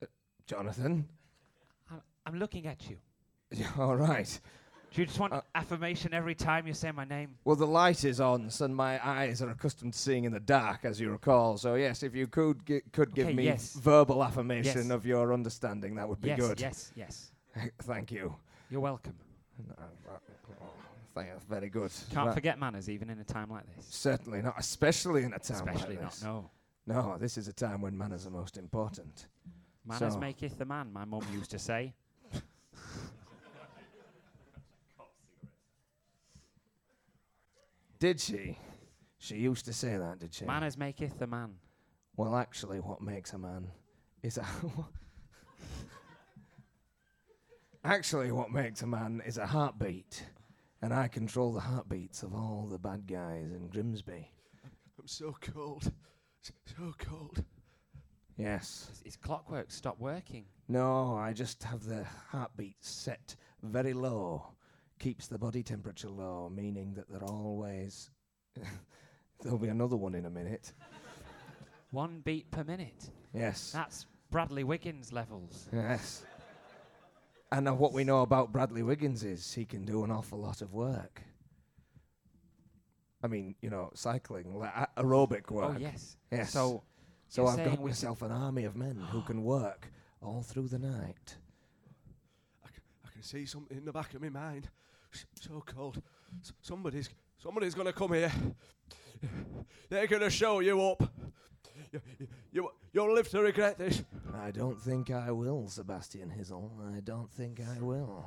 [SPEAKER 5] Uh, Jonathan? *laughs*
[SPEAKER 6] I'm, I'm looking at you.
[SPEAKER 5] All right.
[SPEAKER 6] Do you just
[SPEAKER 5] Uh,
[SPEAKER 6] want affirmation every time you say my name?
[SPEAKER 5] Well, the light is on, so my eyes are accustomed to seeing in the dark, as you recall. So, yes, if you could gi- could give
[SPEAKER 6] Okay,
[SPEAKER 5] me
[SPEAKER 6] yes.
[SPEAKER 5] verbal affirmation
[SPEAKER 6] Yes.
[SPEAKER 5] of your understanding, that would be
[SPEAKER 6] yes,
[SPEAKER 5] good.
[SPEAKER 6] yes, yes.
[SPEAKER 5] *laughs* Thank you.
[SPEAKER 6] You're welcome.
[SPEAKER 5] uh, oh, Thank you. Very good.
[SPEAKER 6] Can't
[SPEAKER 5] Right.
[SPEAKER 6] forget manners even in a time like this.
[SPEAKER 5] Certainly not, especially in a time
[SPEAKER 6] Especially
[SPEAKER 5] like
[SPEAKER 6] not.
[SPEAKER 5] this.
[SPEAKER 6] No.
[SPEAKER 5] No, this is a time when manners are most important.
[SPEAKER 6] Manners
[SPEAKER 5] So-
[SPEAKER 6] maketh the man, my mum used to say.
[SPEAKER 5] Did she? She used to say that, did she?
[SPEAKER 6] Manners maketh the man.
[SPEAKER 5] Well, actually, what makes a man is a. *laughs* actually, what makes a man is a heartbeat. And I control the heartbeats of all the bad guys in Grimsby.
[SPEAKER 9] I'm so cold. So cold.
[SPEAKER 5] Yes.
[SPEAKER 6] His, his clockwork stopped working.
[SPEAKER 5] No, I just have the heartbeat set very low. Keeps the body temperature low, meaning that they're always. *laughs* There'll be another one in a minute.
[SPEAKER 6] One beat per minute.
[SPEAKER 5] Yes.
[SPEAKER 6] That's Bradley Wiggins levels.
[SPEAKER 5] Yes. And now what we know about Bradley Wiggins is he can do an awful lot of work. I mean, you know, cycling, like a- aerobic work.
[SPEAKER 6] Oh, yes.
[SPEAKER 5] Yes.
[SPEAKER 6] So,
[SPEAKER 5] so
[SPEAKER 6] you're
[SPEAKER 5] I've
[SPEAKER 6] saying
[SPEAKER 5] got
[SPEAKER 6] we
[SPEAKER 5] myself an army of men who can work all through the night.
[SPEAKER 9] I, c- I can see something in the back of my mind. S- So cold. S- somebody's somebody's gonna come here. They're gonna show you up. You, you, you'll live to regret this.
[SPEAKER 5] I don't think I will, Sebastian Hizzle. I don't think I will.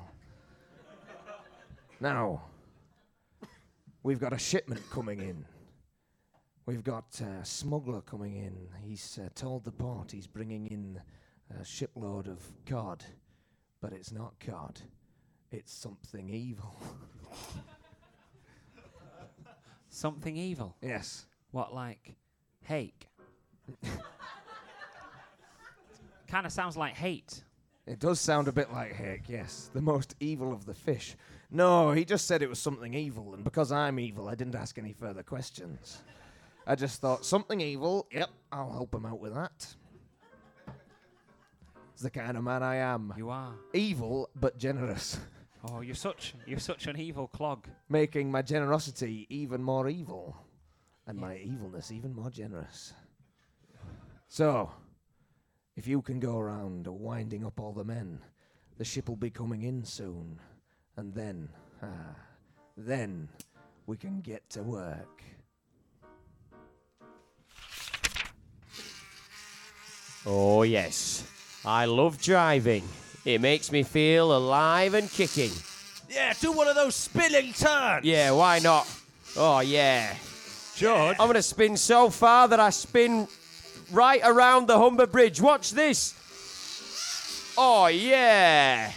[SPEAKER 5] now, we've got a shipment coming in. We've got a smuggler coming in. He's uh, told the port he's bringing in a shipload of cod, but it's not cod. It's something evil. *laughs*
[SPEAKER 6] something evil.
[SPEAKER 5] yes.
[SPEAKER 6] What, like, hake? kind of sounds like hate.
[SPEAKER 5] It does sound a bit like Hick, yes. The most evil of the fish. No, he just said it was something evil, and because I'm evil, I didn't ask any further questions. I just thought, something evil, yep, I'll help him out with that. It's the kind of man I am.
[SPEAKER 6] You are.
[SPEAKER 5] Evil, but generous. *laughs*
[SPEAKER 6] Oh, you're such you're such an evil clog.
[SPEAKER 5] Making my generosity even more evil, and my evilness even more generous. So, if you can go around winding up all the men, the ship will be coming in soon. And then, ah, then we can get to work.
[SPEAKER 4] Oh, yes. I love driving. It makes me feel alive and kicking.
[SPEAKER 9] Yeah, do one of those spinning turns.
[SPEAKER 4] Yeah, why not? Oh, yeah.
[SPEAKER 9] George.
[SPEAKER 4] I'm going to spin so far that I spin right around the Humber Bridge. Watch this. Oh, yeah.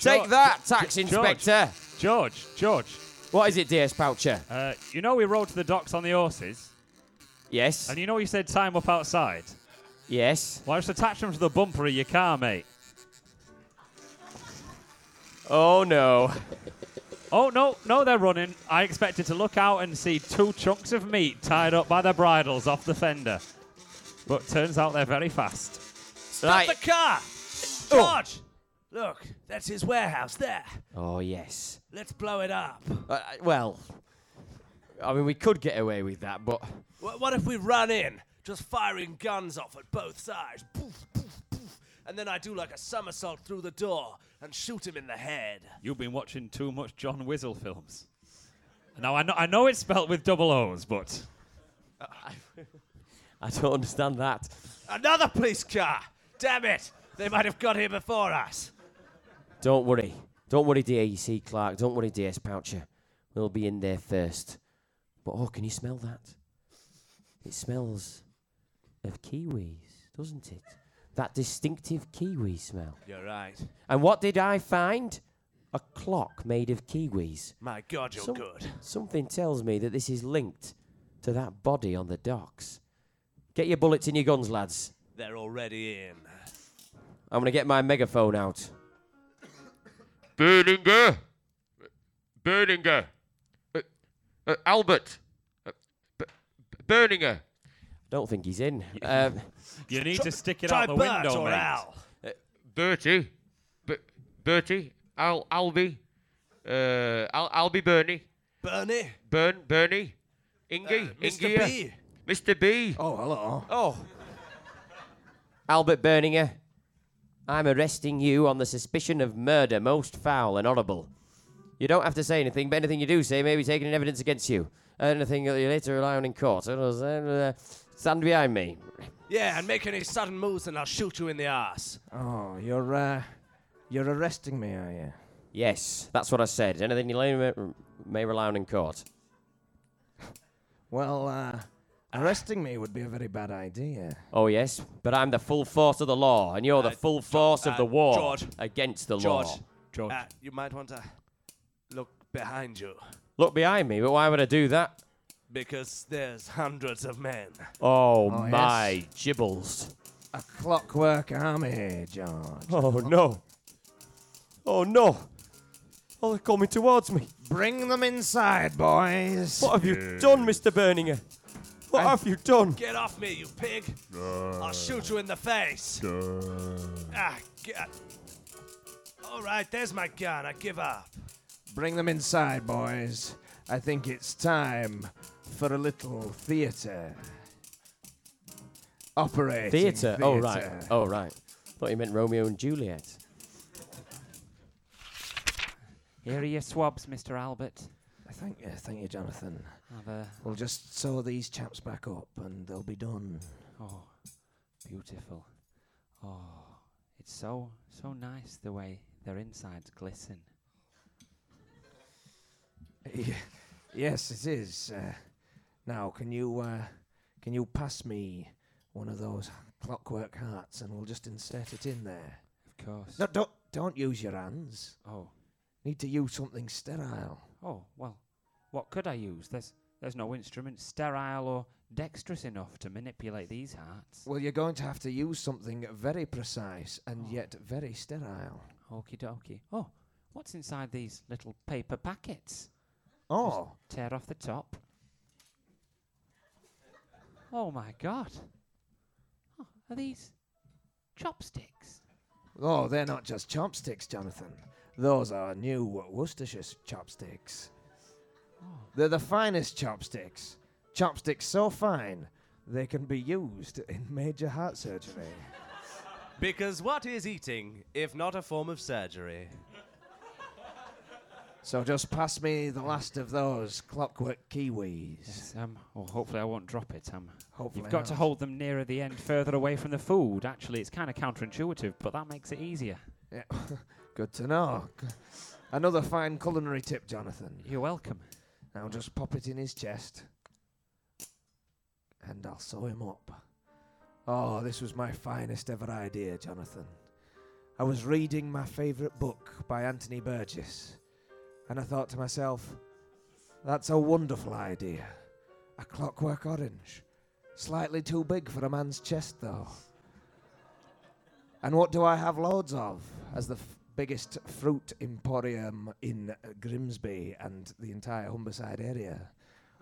[SPEAKER 4] Take
[SPEAKER 8] George-
[SPEAKER 4] that, tax
[SPEAKER 8] George.
[SPEAKER 4] inspector.
[SPEAKER 8] George, George,
[SPEAKER 4] What is it, DS Poucher?
[SPEAKER 8] uh, you know we rode to the docks on the horses,
[SPEAKER 4] Yes.
[SPEAKER 8] and you know you said time up outside.
[SPEAKER 4] Yes.
[SPEAKER 8] Why just attach them to the bumper of your car, mate?
[SPEAKER 4] Oh, no.
[SPEAKER 8] Oh, no, no, they're running. I expected to look out and see two chunks of meat tied up by their bridles off the fender. But turns out they're very fast.
[SPEAKER 9] Stop the car! George! Look, that's his warehouse there.
[SPEAKER 4] Oh, yes.
[SPEAKER 9] Let's blow it up.
[SPEAKER 4] Uh, uh, well, I mean, we could get away with that, but
[SPEAKER 9] Wh- What if we run in, just firing guns off at both sides? Poof, poof, poof. And then I do like a somersault through the door and shoot him in the head.
[SPEAKER 8] You've been watching too much John Whistle films. Now, I know, I know it's spelt with double O's, but
[SPEAKER 9] *laughs*
[SPEAKER 4] I don't understand that.
[SPEAKER 9] Another police car! Damn it! They might have got here before us.
[SPEAKER 4] Don't worry. Don't worry, DAC Clark. Don't worry, DS Poucher. We'll be in there first. But oh, can you smell that? It smells of kiwis, doesn't it? That distinctive kiwi smell.
[SPEAKER 9] You're right.
[SPEAKER 4] And what did I find? A clock made of kiwis.
[SPEAKER 9] My God, you're
[SPEAKER 4] Some-
[SPEAKER 9] good.
[SPEAKER 4] Something tells me that this is linked to that body on the docks. Get your bullets in your guns, lads.
[SPEAKER 9] They're already in.
[SPEAKER 4] I'm going to get my megaphone out.
[SPEAKER 11] Berlinger. Berlinger. Uh, uh, Albert. Uh, B- Berlinger.
[SPEAKER 4] Don't think he's in. Um,
[SPEAKER 8] *laughs* you need to stick it
[SPEAKER 9] Try
[SPEAKER 8] out the
[SPEAKER 9] Bert
[SPEAKER 8] window,
[SPEAKER 9] or
[SPEAKER 8] mate.
[SPEAKER 9] Al.
[SPEAKER 11] Bertie. B- Bertie. Al- Albie. Uh, Al- Albie Bernie.
[SPEAKER 9] Bernie.
[SPEAKER 11] Bern- Bernie. Ingy.
[SPEAKER 9] Uh, Mr.
[SPEAKER 11] Ingia.
[SPEAKER 9] B.
[SPEAKER 11] Mr. B.
[SPEAKER 5] Oh, hello.
[SPEAKER 4] Oh. Albert Berninger, I'm arresting you on the suspicion of murder most foul and horrible. You don't have to say anything, but anything you do say may be taken in evidence against you. Anything that you later rely on in court. Uh, Stand behind me.
[SPEAKER 9] Yeah, and make any sudden moves and I'll shoot you in the ass.
[SPEAKER 5] Oh, you're uh, you're arresting me, are you?
[SPEAKER 4] Yes, that's what I said. Anything you later may rely on in court.
[SPEAKER 5] Well, uh, arresting me would be a very bad idea.
[SPEAKER 4] Oh, yes, but I'm the full force of the law, and you're the
[SPEAKER 9] Uh,
[SPEAKER 4] full force of
[SPEAKER 9] uh,
[SPEAKER 4] the war
[SPEAKER 9] George.
[SPEAKER 4] against the
[SPEAKER 9] George,
[SPEAKER 4] law.
[SPEAKER 8] George.
[SPEAKER 9] uh, you might want to look behind you
[SPEAKER 4] Look behind me, but why would I do that?
[SPEAKER 9] because there's hundreds of men.
[SPEAKER 4] Oh,
[SPEAKER 5] yes.
[SPEAKER 4] my gibbles.
[SPEAKER 5] A clockwork army, George.
[SPEAKER 4] Oh no. Oh no. Oh, they're coming towards me.
[SPEAKER 5] Bring them inside, boys.
[SPEAKER 4] What have you done, Mr. Berninger? What have you done?
[SPEAKER 9] Get off me, you pig! I'll shoot you in the face. Ah, God. All right, there's my gun. I give up.
[SPEAKER 5] Bring them inside, boys. I think it's time for a little theatre. Operating
[SPEAKER 4] Theatre. Oh right.
[SPEAKER 5] theatre.
[SPEAKER 4] Oh right. Thought you meant Romeo and Juliet.
[SPEAKER 6] Here are your swabs, Mr. Albert.
[SPEAKER 5] Thank you, thank you, Jonathan.
[SPEAKER 6] Have a
[SPEAKER 5] We'll just sew these chaps back up, and they'll be done.
[SPEAKER 6] oh, beautiful. Oh, it's so so nice the way their insides glisten.
[SPEAKER 5] yes, it is. Uh, now, can you uh, can you pass me one of those clockwork hearts, and we'll just insert it in there?
[SPEAKER 6] Of course.
[SPEAKER 5] No, don't don't use your hands.
[SPEAKER 6] Oh,
[SPEAKER 5] Need to use something sterile.
[SPEAKER 6] oh well. What could I use? There's there's no instrument sterile or dexterous enough to manipulate these hearts.
[SPEAKER 5] Well, you're going to have to use something very precise and yet very sterile.
[SPEAKER 6] Oh. Okie dokie. Oh, what's inside these little paper packets?
[SPEAKER 5] Oh,
[SPEAKER 6] Tear off the top. Oh my god. Oh, are these chopsticks?
[SPEAKER 5] oh, they're not just chopsticks, Jonathan. Those are new Worcestershire s- chopsticks.
[SPEAKER 6] Oh.
[SPEAKER 5] They're the finest chopsticks. Chopsticks so fine they can be used in major heart surgery.
[SPEAKER 9] Because what is eating if not a form of surgery?
[SPEAKER 5] so just pass me the last of those clockwork kiwis.
[SPEAKER 6] Yes, um, well, hopefully I won't drop it. Um,
[SPEAKER 5] Hopefully,
[SPEAKER 6] you've got to
[SPEAKER 5] not.
[SPEAKER 6] hold them nearer the end, further away from the food. Actually, it's kind of counterintuitive, but that makes it easier.
[SPEAKER 5] Yeah. *laughs* Good to know. C- Another fine culinary tip, Jonathan.
[SPEAKER 6] You're welcome.
[SPEAKER 5] Now just pop it in his chest. And I'll sew him up. Oh, this was my finest ever idea, Jonathan. I was reading my favourite book by Anthony Burgess. And I thought to myself, that's a wonderful idea. A clockwork orange. Slightly too big for a man's chest, though. And what do I have loads of as the f- biggest fruit emporium in uh, Grimsby and the entire Humberside area.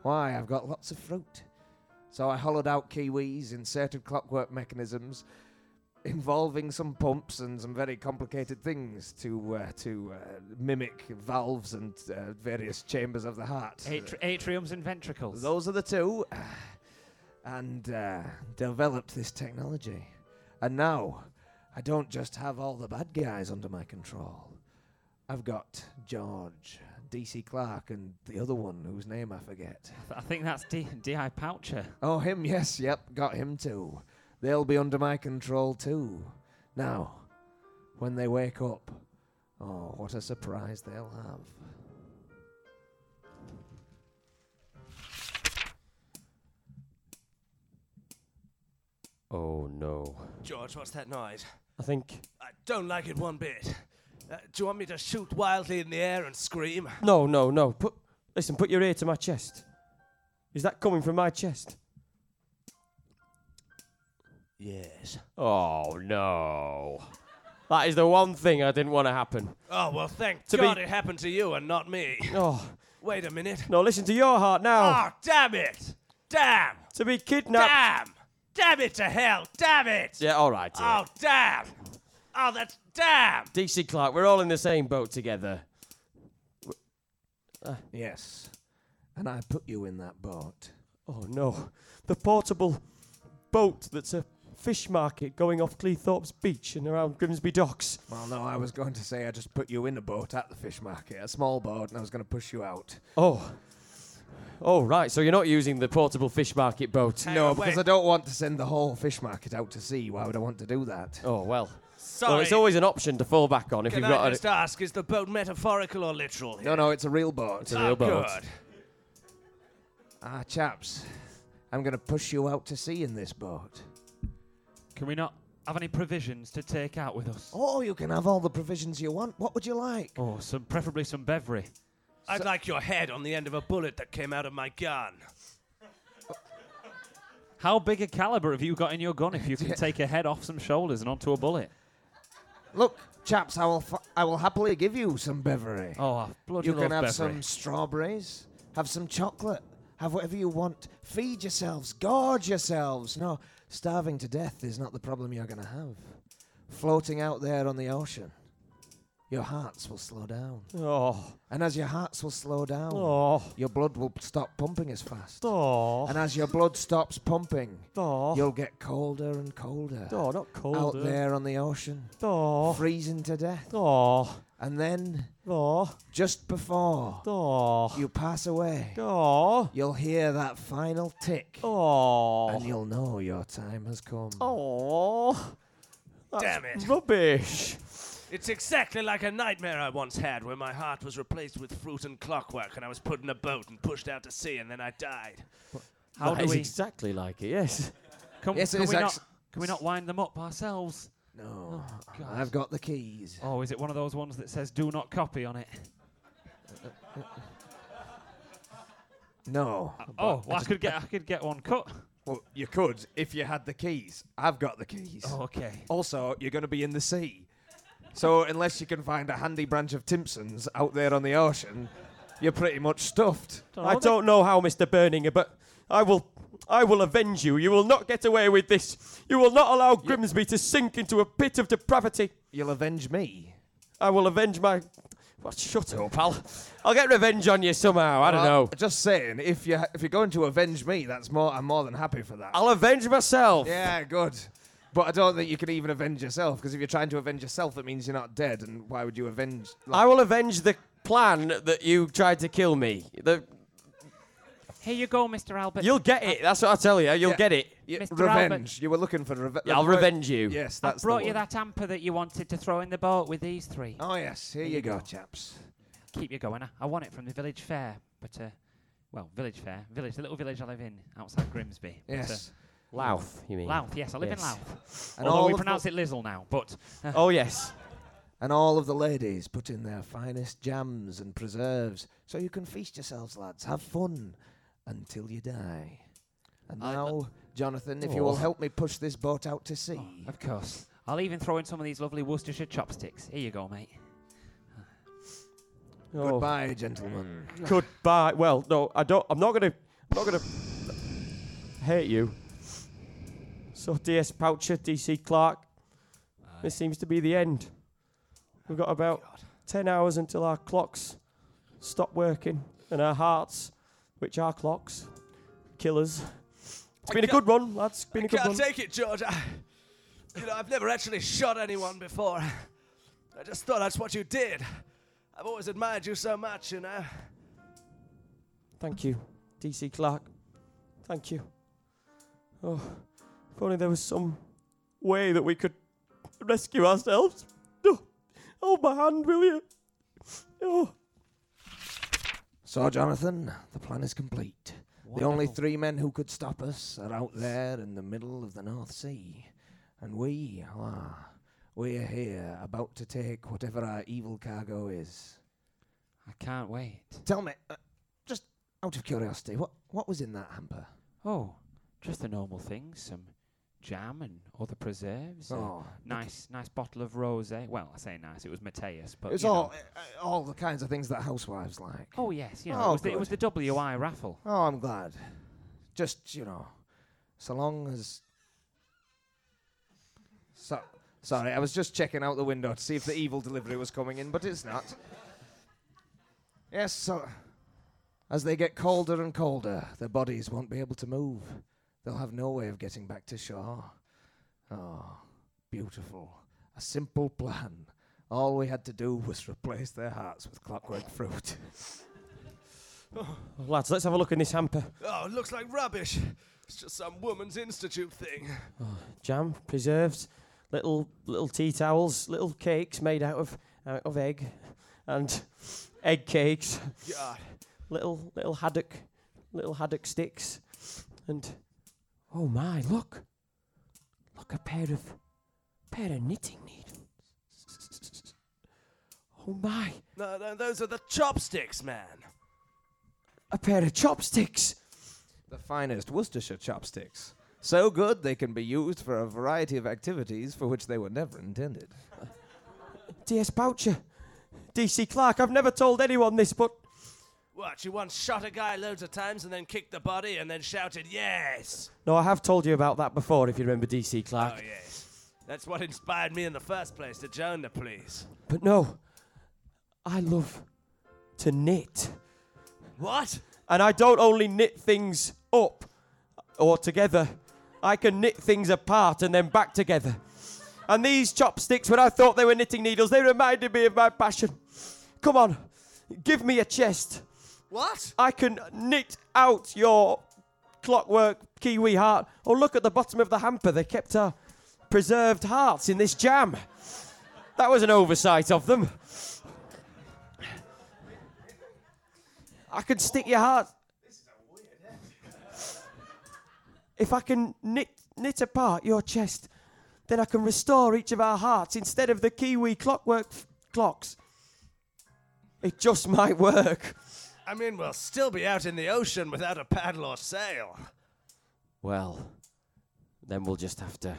[SPEAKER 5] Why? I've got lots of fruit. So I hollowed out kiwis, inserted clockwork mechanisms involving some pumps and some very complicated things to uh, to uh, mimic valves and uh, various chambers of the heart.
[SPEAKER 6] Atri- atriums and ventricles.
[SPEAKER 5] Those are the two. *sighs* And uh, developed this technology. And now, I don't just have all the bad guys under my control. I've got George, DC Clark, and the other one whose name I forget.
[SPEAKER 6] I think that's D- D.I. Poucher.
[SPEAKER 5] Oh, him, yes, yep, got him too. They'll be under my control too. Now, when they wake up, oh, what a surprise they'll have.
[SPEAKER 4] Oh no.
[SPEAKER 9] George, what's that noise?
[SPEAKER 4] I think.
[SPEAKER 9] I don't like it one bit. Uh, do you want me to shoot wildly in the air and scream?
[SPEAKER 4] No, no, no. Put, listen, put your ear to my chest. Is that coming from my chest?
[SPEAKER 9] Yes.
[SPEAKER 4] Oh no. That is the one thing I didn't want to happen.
[SPEAKER 9] Oh, well, thank
[SPEAKER 4] To be-
[SPEAKER 9] God it happened to you and not me.
[SPEAKER 4] Oh,
[SPEAKER 9] Wait a minute.
[SPEAKER 4] no, listen to your heart now.
[SPEAKER 9] Oh, damn it! Damn!
[SPEAKER 4] To be kidnapped.
[SPEAKER 9] Damn! Damn it to hell! Damn it!
[SPEAKER 4] Yeah, all right. dear.
[SPEAKER 9] Oh, damn! Oh, that's damn!
[SPEAKER 4] DC Clark, we're all in the same boat together. Uh.
[SPEAKER 5] Yes. And I put you in that boat.
[SPEAKER 4] Oh no. The portable boat that's a fish market going off Cleethorpes Beach and around Grimsby Docks.
[SPEAKER 5] Well, no, I was going to say I just put you in a boat at the fish market, a small boat, and I was going to push you out.
[SPEAKER 4] Oh. Oh, right. So you're not using the portable fish market boat.
[SPEAKER 9] Hang
[SPEAKER 5] No,
[SPEAKER 9] on,
[SPEAKER 5] because
[SPEAKER 9] wait.
[SPEAKER 5] I don't want to send the whole fish market out to sea. Why would I want to do that?
[SPEAKER 4] Oh, well.
[SPEAKER 9] Sorry.
[SPEAKER 4] Well, it's always an option to fall back on if
[SPEAKER 9] Can
[SPEAKER 4] you've got
[SPEAKER 9] I
[SPEAKER 4] a.
[SPEAKER 9] just ask, is the boat metaphorical or literal? Here?
[SPEAKER 5] No, no, it's a real boat.
[SPEAKER 4] a real boat.
[SPEAKER 9] Good.
[SPEAKER 5] Ah, chaps, I'm going to push you out to sea in this boat.
[SPEAKER 8] Can we not have any provisions to take out with us?
[SPEAKER 5] Oh, you can have all the provisions you want. What would you like?
[SPEAKER 8] Or Oh, some, preferably some beverage.
[SPEAKER 9] I'd like your head on the end of a bullet that came out of my gun.
[SPEAKER 8] How big a caliber have you got in your gun
[SPEAKER 5] *laughs*
[SPEAKER 8] if you can take a head off some shoulders and onto a bullet?
[SPEAKER 5] Look, chaps, I will, fa- I will happily give you some beverage.
[SPEAKER 8] Oh, I bloody
[SPEAKER 5] you
[SPEAKER 8] love
[SPEAKER 5] can have
[SPEAKER 8] beverage.
[SPEAKER 5] some strawberries, have some chocolate, have whatever you want. Feed yourselves, gorge yourselves. No, starving to death is not the problem you're going to have. Floating out there on the ocean, your hearts will slow down.
[SPEAKER 4] Oh.
[SPEAKER 5] And as your hearts will slow down,
[SPEAKER 4] Oh.
[SPEAKER 5] your blood will stop pumping as fast.
[SPEAKER 4] Oh.
[SPEAKER 5] And as your blood stops pumping,
[SPEAKER 4] Oh.
[SPEAKER 5] you'll get colder and colder.
[SPEAKER 4] Oh, not cold.
[SPEAKER 5] Out there on the ocean,
[SPEAKER 4] Oh.
[SPEAKER 5] freezing to death.
[SPEAKER 4] Oh.
[SPEAKER 5] And then,
[SPEAKER 4] Oh.
[SPEAKER 5] just before
[SPEAKER 4] Oh.
[SPEAKER 5] you pass away,
[SPEAKER 4] Oh.
[SPEAKER 5] you'll hear that final tick.
[SPEAKER 4] Oh.
[SPEAKER 5] And you'll know your time has come.
[SPEAKER 4] Oh.
[SPEAKER 9] Damn it.
[SPEAKER 4] Rubbish.
[SPEAKER 9] It's exactly like a nightmare I once had where my heart was replaced with fruit and clockwork and I was put in a boat and pushed out to sea and then I died.
[SPEAKER 4] That
[SPEAKER 8] How
[SPEAKER 4] is
[SPEAKER 8] do we?
[SPEAKER 4] exactly like it, yes.
[SPEAKER 8] Can,
[SPEAKER 5] Yes, it
[SPEAKER 8] can
[SPEAKER 5] is
[SPEAKER 8] we
[SPEAKER 5] actu-
[SPEAKER 8] not? Can we not wind them up ourselves? Oh,
[SPEAKER 5] No,
[SPEAKER 8] God.
[SPEAKER 5] I've got the keys.
[SPEAKER 8] Oh, is it one of those ones that says "Do not copy" on it?
[SPEAKER 5] *laughs* No.
[SPEAKER 6] Uh,
[SPEAKER 8] oh, well, I, could get, I could get one cut.
[SPEAKER 5] Well, you could if you had the keys. I've got the keys.
[SPEAKER 8] Oh, okay.
[SPEAKER 5] Also, you're going to be in the sea. So, unless you can find a handy branch of Timpsons out there on the ocean, you're pretty much stuffed.
[SPEAKER 4] I don't know how, Mr. Berninger, but I will I will avenge you. You will not get away with this. You will not allow Grimsby to sink into a pit of depravity.
[SPEAKER 5] You'll avenge me.
[SPEAKER 4] I will avenge my well, shut up, pal. I'll get revenge on you somehow. I don't
[SPEAKER 5] Well,
[SPEAKER 4] know.
[SPEAKER 5] Just saying, if you if you're going to avenge me, that's more. I'm more than happy for that.
[SPEAKER 4] I'll avenge myself.
[SPEAKER 5] yeah, good. But I don't think you can even avenge yourself because if you're trying to avenge yourself, it means you're not dead. And why would you avenge?
[SPEAKER 4] I will avenge the plan that you tried to kill me. The,
[SPEAKER 6] Here you go, Mr. Albert.
[SPEAKER 4] you'll get it. That's what I tell you. You'll
[SPEAKER 5] Yeah.
[SPEAKER 4] get it.
[SPEAKER 5] Yeah,
[SPEAKER 6] Mr.
[SPEAKER 5] revenge.
[SPEAKER 6] Albert.
[SPEAKER 5] You were looking for revenge.
[SPEAKER 4] I'll revenge you.
[SPEAKER 5] Yes,
[SPEAKER 6] I
[SPEAKER 5] that's the
[SPEAKER 6] brought you
[SPEAKER 5] one.
[SPEAKER 6] that hamper that you wanted to throw in the boat with these three.
[SPEAKER 5] Oh yes, here you go, chaps.
[SPEAKER 6] Keep you going. I, I want it from the village fair, but uh, well, village fair, village, the little village I live in outside Grimsby. but, uh,
[SPEAKER 5] Yes,
[SPEAKER 4] Louth, you mean?
[SPEAKER 6] Louth. Yes, I live
[SPEAKER 4] Yes.
[SPEAKER 6] in Louth.
[SPEAKER 5] and
[SPEAKER 6] Although
[SPEAKER 5] all,
[SPEAKER 6] we
[SPEAKER 5] of
[SPEAKER 6] pronounce
[SPEAKER 5] the,
[SPEAKER 6] it Lizzle now,
[SPEAKER 5] *laughs*
[SPEAKER 6] but *laughs*
[SPEAKER 4] Oh yes.
[SPEAKER 5] and all of the ladies put in their finest jams and preserves, so you can feast yourselves, lads. Have fun until you die. And
[SPEAKER 6] I-
[SPEAKER 5] now, Jonathan, if you
[SPEAKER 4] Oh.
[SPEAKER 5] will help me push this boat out to sea.
[SPEAKER 6] of course, I'll even throw in some of these lovely Worcestershire chopsticks. Here you go, mate.
[SPEAKER 4] Oh.
[SPEAKER 5] Goodbye, gentlemen.
[SPEAKER 12] Mm. Goodbye. Well, no, I don't. I'm not gonna. I'm not gonna hate you. So, DS Poucher, DC Clark. This seems to be the end. We've got about ten hours until our clocks stop working and our hearts, which are clocks, kill us. It's been a good run, lads. It's been a
[SPEAKER 9] I
[SPEAKER 12] good
[SPEAKER 9] can't
[SPEAKER 12] run.
[SPEAKER 9] take it, George. I, you know, I've never actually shot anyone before. I just thought that's what you did. I've always admired you so much, you know.
[SPEAKER 12] Thank you, DC Clark. Thank you. Oh, if only there was some way that we could rescue ourselves. Oh, hold my hand, will you? Oh,
[SPEAKER 5] So, Jonathan, the plan is complete. The only three men who could stop us are out there in the middle of the North Sea. And we, ah, we're here about to take whatever our evil cargo is.
[SPEAKER 6] I can't wait.
[SPEAKER 5] Tell me, uh, just out of curiosity, what, what was in that hamper?
[SPEAKER 6] Oh, just the normal things. Some jam and other preserves. a
[SPEAKER 5] Oh,
[SPEAKER 6] nice, nice bottle of rosé. Well, I say nice. It was Mateus, but
[SPEAKER 5] it's
[SPEAKER 6] you know.
[SPEAKER 5] all, uh, all the kinds of things that housewives like.
[SPEAKER 6] Oh yes, you know,
[SPEAKER 5] Oh,
[SPEAKER 6] it, was the, it
[SPEAKER 5] good.
[SPEAKER 6] was the WI raffle.
[SPEAKER 5] Oh, I'm glad. Just, you know, so long as. So, sorry, I was just checking out the window to see if the evil delivery was coming in, but it's not. Yes, so. As they get colder and colder, their bodies won't be able to move. They'll have no way of getting back to shore. Oh, beautiful. A simple plan. All we had to do was replace their hearts with clockwork fruit. *laughs*
[SPEAKER 12] lads, let's have a look in this hamper.
[SPEAKER 9] Oh, it looks like rubbish. It's just some woman's institute thing.
[SPEAKER 5] Oh.
[SPEAKER 12] Oh, Jam, preserves, little little tea towels, little cakes made out of out of egg, and egg cakes.
[SPEAKER 9] God.
[SPEAKER 12] Little little haddock, little haddock sticks, and oh my, look, look a pair of pair of knitting needles. Oh my,
[SPEAKER 9] No, no, those are the chopsticks, man.
[SPEAKER 12] a pair of chopsticks.
[SPEAKER 5] the finest Worcestershire chopsticks. So good they can be used for a variety of activities for which they were never intended.
[SPEAKER 12] DS Poucher, DC Clark. I've never told anyone this, but
[SPEAKER 9] What, you once shot a guy loads of times and then kicked the body and then shouted, yes!
[SPEAKER 12] no, I have told you about that before. If you remember DC Clark.
[SPEAKER 9] Oh, yes. That's what inspired me in the first place to join the police.
[SPEAKER 12] But no, I love to knit.
[SPEAKER 9] What?
[SPEAKER 12] And I don't only knit things up or together, I can knit things apart and then back together. And these chopsticks, when I thought they were knitting needles, they reminded me of my passion. Come on, give me a chest.
[SPEAKER 9] What?
[SPEAKER 12] I can knit out your clockwork kiwi heart. Oh, look at the bottom of the hamper. They kept our preserved hearts in this jam. That was an oversight of them. I can stick your heart. If I can knit, knit apart your chest, then I can restore each of our hearts instead of the kiwi clockwork f- clocks. It just might work. *laughs*
[SPEAKER 9] I mean, we'll still be out in the ocean without a paddle or sail.
[SPEAKER 12] Well, then we'll just have to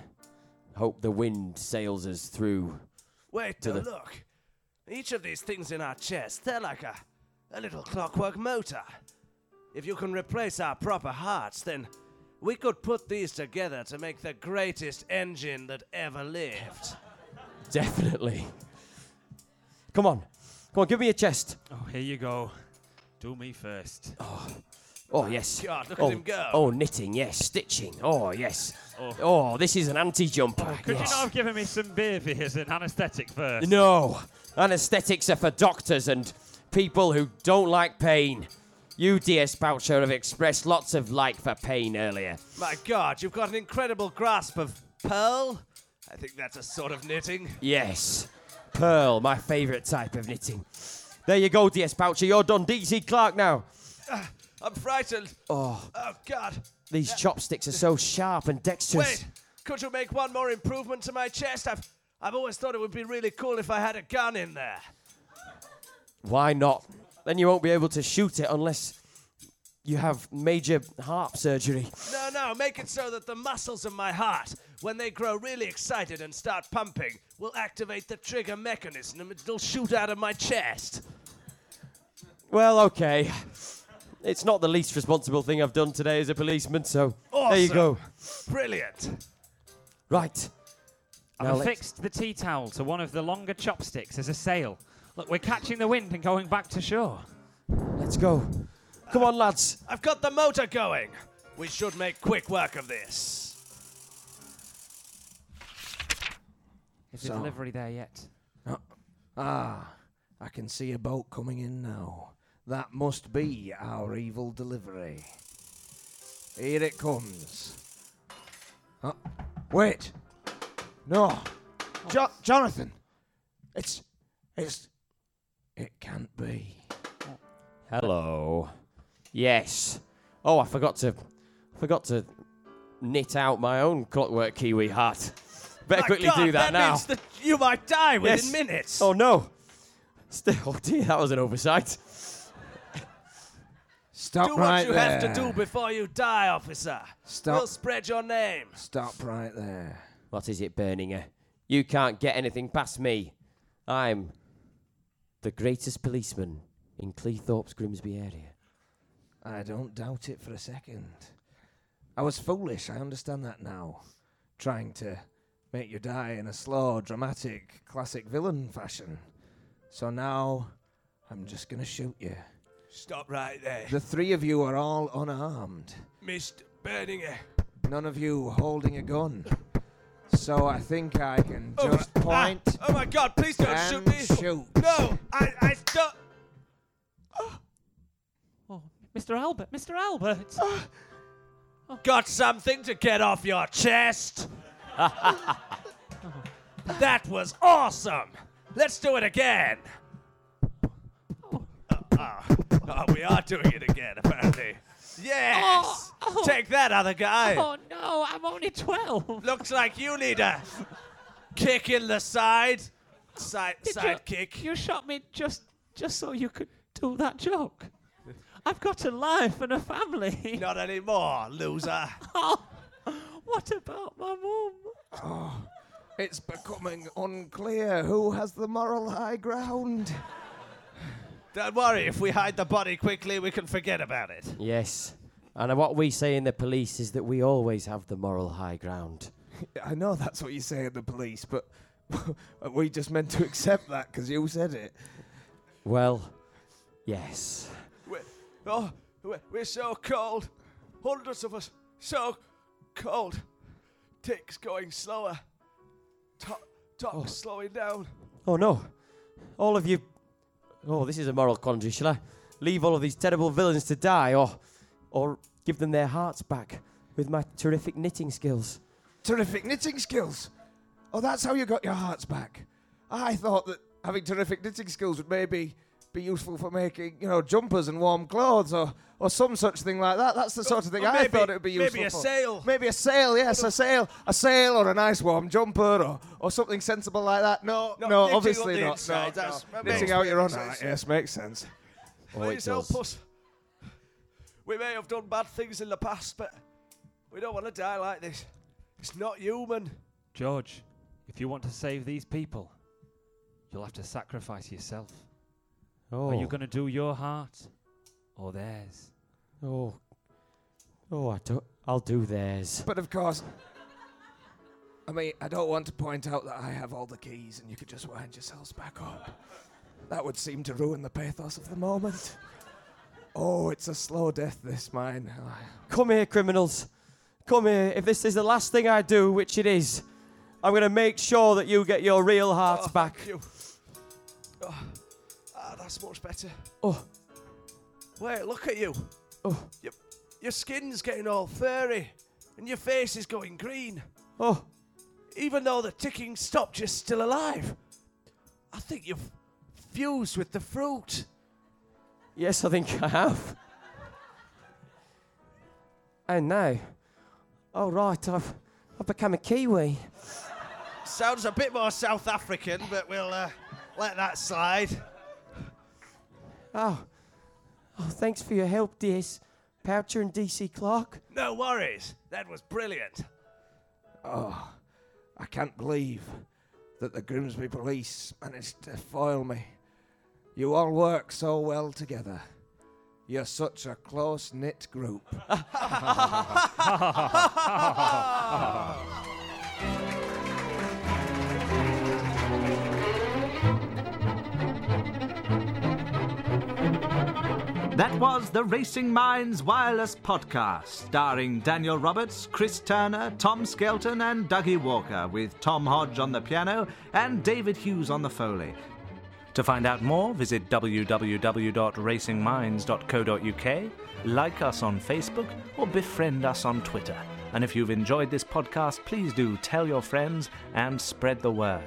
[SPEAKER 12] hope the wind sails us through.
[SPEAKER 9] Wait,
[SPEAKER 12] To
[SPEAKER 9] now
[SPEAKER 12] the-
[SPEAKER 9] look. Each of these things in our chest, they're like a, a little clockwork motor. If you can replace our proper hearts, then we could put these together to make the greatest engine that ever lived.
[SPEAKER 12] Definitely. Come on. Come on, give me a chest.
[SPEAKER 8] Oh, here you go. Do me first.
[SPEAKER 12] Oh, yes.
[SPEAKER 9] God, look
[SPEAKER 12] oh,
[SPEAKER 9] at him go.
[SPEAKER 12] Oh, knitting, yes. Stitching. Oh, yes. Oh, this is an anti jumper.
[SPEAKER 8] Could you not have given me some baby as an anaesthetic first?
[SPEAKER 12] No. Anesthetics are for doctors and people who don't like pain. You, dear Spoucher, have expressed lots of like for pain earlier.
[SPEAKER 9] My God, you've got an incredible grasp of pearl. I think that's a sort of knitting.
[SPEAKER 12] Yes. Pearl, my favourite type of knitting. There you go, DS Poucher. You're done. DC Clark now.
[SPEAKER 9] Ah, I'm frightened.
[SPEAKER 12] Oh,
[SPEAKER 9] Oh, God.
[SPEAKER 12] these chopsticks are so sharp and dexterous.
[SPEAKER 9] Wait, could you make one more improvement to my chest? I've, I've always thought it would be really cool if I had a gun in there.
[SPEAKER 12] Why not? Then you won't be able to shoot it unless you have major heart surgery.
[SPEAKER 9] No, no, make it so that the muscles of my heart, when they grow really excited and start pumping, will activate the trigger mechanism and it'll shoot out of my chest.
[SPEAKER 12] Well, okay. It's not the least responsible thing I've done today as a policeman, so there you go.
[SPEAKER 9] Brilliant.
[SPEAKER 12] Right. Now
[SPEAKER 8] I've
[SPEAKER 12] let's-
[SPEAKER 8] affixed the tea towel to one of the longer chopsticks as a sail. Look, we're catching the wind and going back to shore.
[SPEAKER 12] Let's go. Come on, lads.
[SPEAKER 9] I've got the motor going. We should make quick work of this.
[SPEAKER 6] Is the
[SPEAKER 5] So-
[SPEAKER 6] delivery there yet?
[SPEAKER 5] Oh, Ah, I can see a boat coming in now. That must be our evil delivery. Here it comes. Oh, wait. No. Jo- Jonathan. It's. It's. It can't be.
[SPEAKER 12] Hello. Yes. Oh, I forgot to, forgot to knit out my own clockwork kiwi hat. Better
[SPEAKER 9] My
[SPEAKER 12] quickly
[SPEAKER 9] God,
[SPEAKER 12] do that, now.
[SPEAKER 9] means that you might die within
[SPEAKER 12] Yes.
[SPEAKER 9] minutes.
[SPEAKER 12] Oh no. Still, oh dear, that was an oversight.
[SPEAKER 5] Stop
[SPEAKER 9] do
[SPEAKER 5] right
[SPEAKER 9] what you have to
[SPEAKER 5] there.
[SPEAKER 9] do before you die, officer.
[SPEAKER 5] Stop.
[SPEAKER 9] We'll spread your name.
[SPEAKER 5] Stop right there.
[SPEAKER 12] What is it, Berninger? You can't get anything past me. I'm the greatest policeman in Cleethorpes Grimsby area.
[SPEAKER 5] I don't doubt it for a second. I was foolish, I understand that now. Trying to make you die in a slow, dramatic, classic villain fashion. So now, I'm just gonna shoot you.
[SPEAKER 9] Stop right there.
[SPEAKER 5] The three of you are all unarmed.
[SPEAKER 9] Mr. Berninger.
[SPEAKER 5] None of you holding a gun. So I think I can
[SPEAKER 9] Oh,
[SPEAKER 5] just
[SPEAKER 9] ah,
[SPEAKER 5] point.
[SPEAKER 9] oh my God, please don't shoot
[SPEAKER 5] and
[SPEAKER 9] me.
[SPEAKER 5] Shoot.
[SPEAKER 9] No, I, I stop.
[SPEAKER 6] *gasps* Mr. Oh, Albert, Mr. Albert!
[SPEAKER 9] Uh, Got something to get off your chest? *laughs* that was awesome. Let's do it again. Oh, oh, we are doing it again, apparently. Yes!
[SPEAKER 6] Oh, oh.
[SPEAKER 9] Take that, other guy.
[SPEAKER 6] Oh no, I'm only 12!
[SPEAKER 9] Looks like you need a kick in the side. Side,
[SPEAKER 6] Did
[SPEAKER 9] side
[SPEAKER 6] you-
[SPEAKER 9] kick.
[SPEAKER 6] You shot me just just so you could do that joke. I've got a life and a
[SPEAKER 8] *laughs*
[SPEAKER 6] family.
[SPEAKER 9] Not anymore, Ah, loser.
[SPEAKER 6] Oh, what about my mum?
[SPEAKER 9] Oh,
[SPEAKER 5] It's becoming unclear who has the moral high ground.
[SPEAKER 9] Don't worry, if we hide the body quickly, we can forget about it.
[SPEAKER 12] Yes. And what we say in the police is that we always have the moral high ground.
[SPEAKER 5] *laughs* I know that's what you say at the police, but *laughs* we just meant to accept that because you said it.
[SPEAKER 12] Well, yes.
[SPEAKER 9] We're, oh, we're, we're so cold. Hundreds of us, so cold. Ticks going slower. Top, top slowing down.
[SPEAKER 12] Oh no. All of you. Oh, this is a moral quandary. Shall I leave all of these terrible villains to die or or give them their hearts back with my terrific knitting skills?
[SPEAKER 5] Terrific knitting skills. Oh, that's how you got your hearts back. I thought that having terrific knitting skills would maybe be useful for making, you know, jumpers and warm clothes or, or some such thing like that. That's the sort of thing
[SPEAKER 9] Or
[SPEAKER 5] I
[SPEAKER 9] maybe-
[SPEAKER 5] thought it would be useful
[SPEAKER 9] Maybe a
[SPEAKER 5] for.
[SPEAKER 9] sail.
[SPEAKER 5] Maybe a sail, yes, a sail, a sail, or a nice warm jumper, or, or something sensible like that. No,
[SPEAKER 9] No,
[SPEAKER 5] no,
[SPEAKER 9] knitting on
[SPEAKER 5] obviously
[SPEAKER 9] the
[SPEAKER 5] not.
[SPEAKER 9] inside,
[SPEAKER 5] no,
[SPEAKER 9] that's-
[SPEAKER 5] no.
[SPEAKER 9] that
[SPEAKER 5] Knitting
[SPEAKER 9] makes
[SPEAKER 5] out your own
[SPEAKER 9] perfect
[SPEAKER 5] heart,
[SPEAKER 9] sense.
[SPEAKER 5] yes, makes sense.
[SPEAKER 9] Please help us. We may have done bad things in the past, but we don't want to die like this. It's not human.
[SPEAKER 8] George, if you want to save these people, you'll have to sacrifice yourself.
[SPEAKER 12] Oh.
[SPEAKER 8] Are you going to do your heart or theirs?
[SPEAKER 12] Oh. Oh, I do- I'll do theirs.
[SPEAKER 5] But of course, I mean, I don't want to point out that I have all the keys and you could just wind yourselves back up. That would seem to ruin the pathos of the moment. Oh, it's a slow death, this mine.
[SPEAKER 12] Come here, criminals. Come here. If this is the last thing I do, which it is, I'm going to make sure that you get your real hearts
[SPEAKER 9] Oh,
[SPEAKER 12] back.
[SPEAKER 9] thank you. Oh, ah, that's much better.
[SPEAKER 12] Oh.
[SPEAKER 9] Wait, look at you.
[SPEAKER 12] Oh.
[SPEAKER 9] Your, your skin's getting all Oh, furry, and your face is going green.
[SPEAKER 12] Oh,
[SPEAKER 9] Even though the ticking stopped, you're still alive. I think you've fused with the fruit.
[SPEAKER 12] yes, I think I have. And now, oh right, I've I've become a Kiwi.
[SPEAKER 9] Sounds a bit more South African, but we'll uh, let that slide.
[SPEAKER 12] Oh, oh, thanks for your help, DS Poucher and DC Clark.
[SPEAKER 9] No worries. That was brilliant.
[SPEAKER 5] Oh, I can't believe that the Grimsby police managed to foil me. You all work so well together. You're such a close knit group.
[SPEAKER 1] That was the Racing Minds Wireless Podcast, starring Daniel Roberts, Chris Turner, Tom Skelton, and Dougie Walker, with Tom Hodge on the piano and David Hughes on the Foley. To find out more, visit www.racingminds.co.uk, like us on Facebook, or befriend us on Twitter. And if you've enjoyed this podcast, please do tell your friends and spread the word.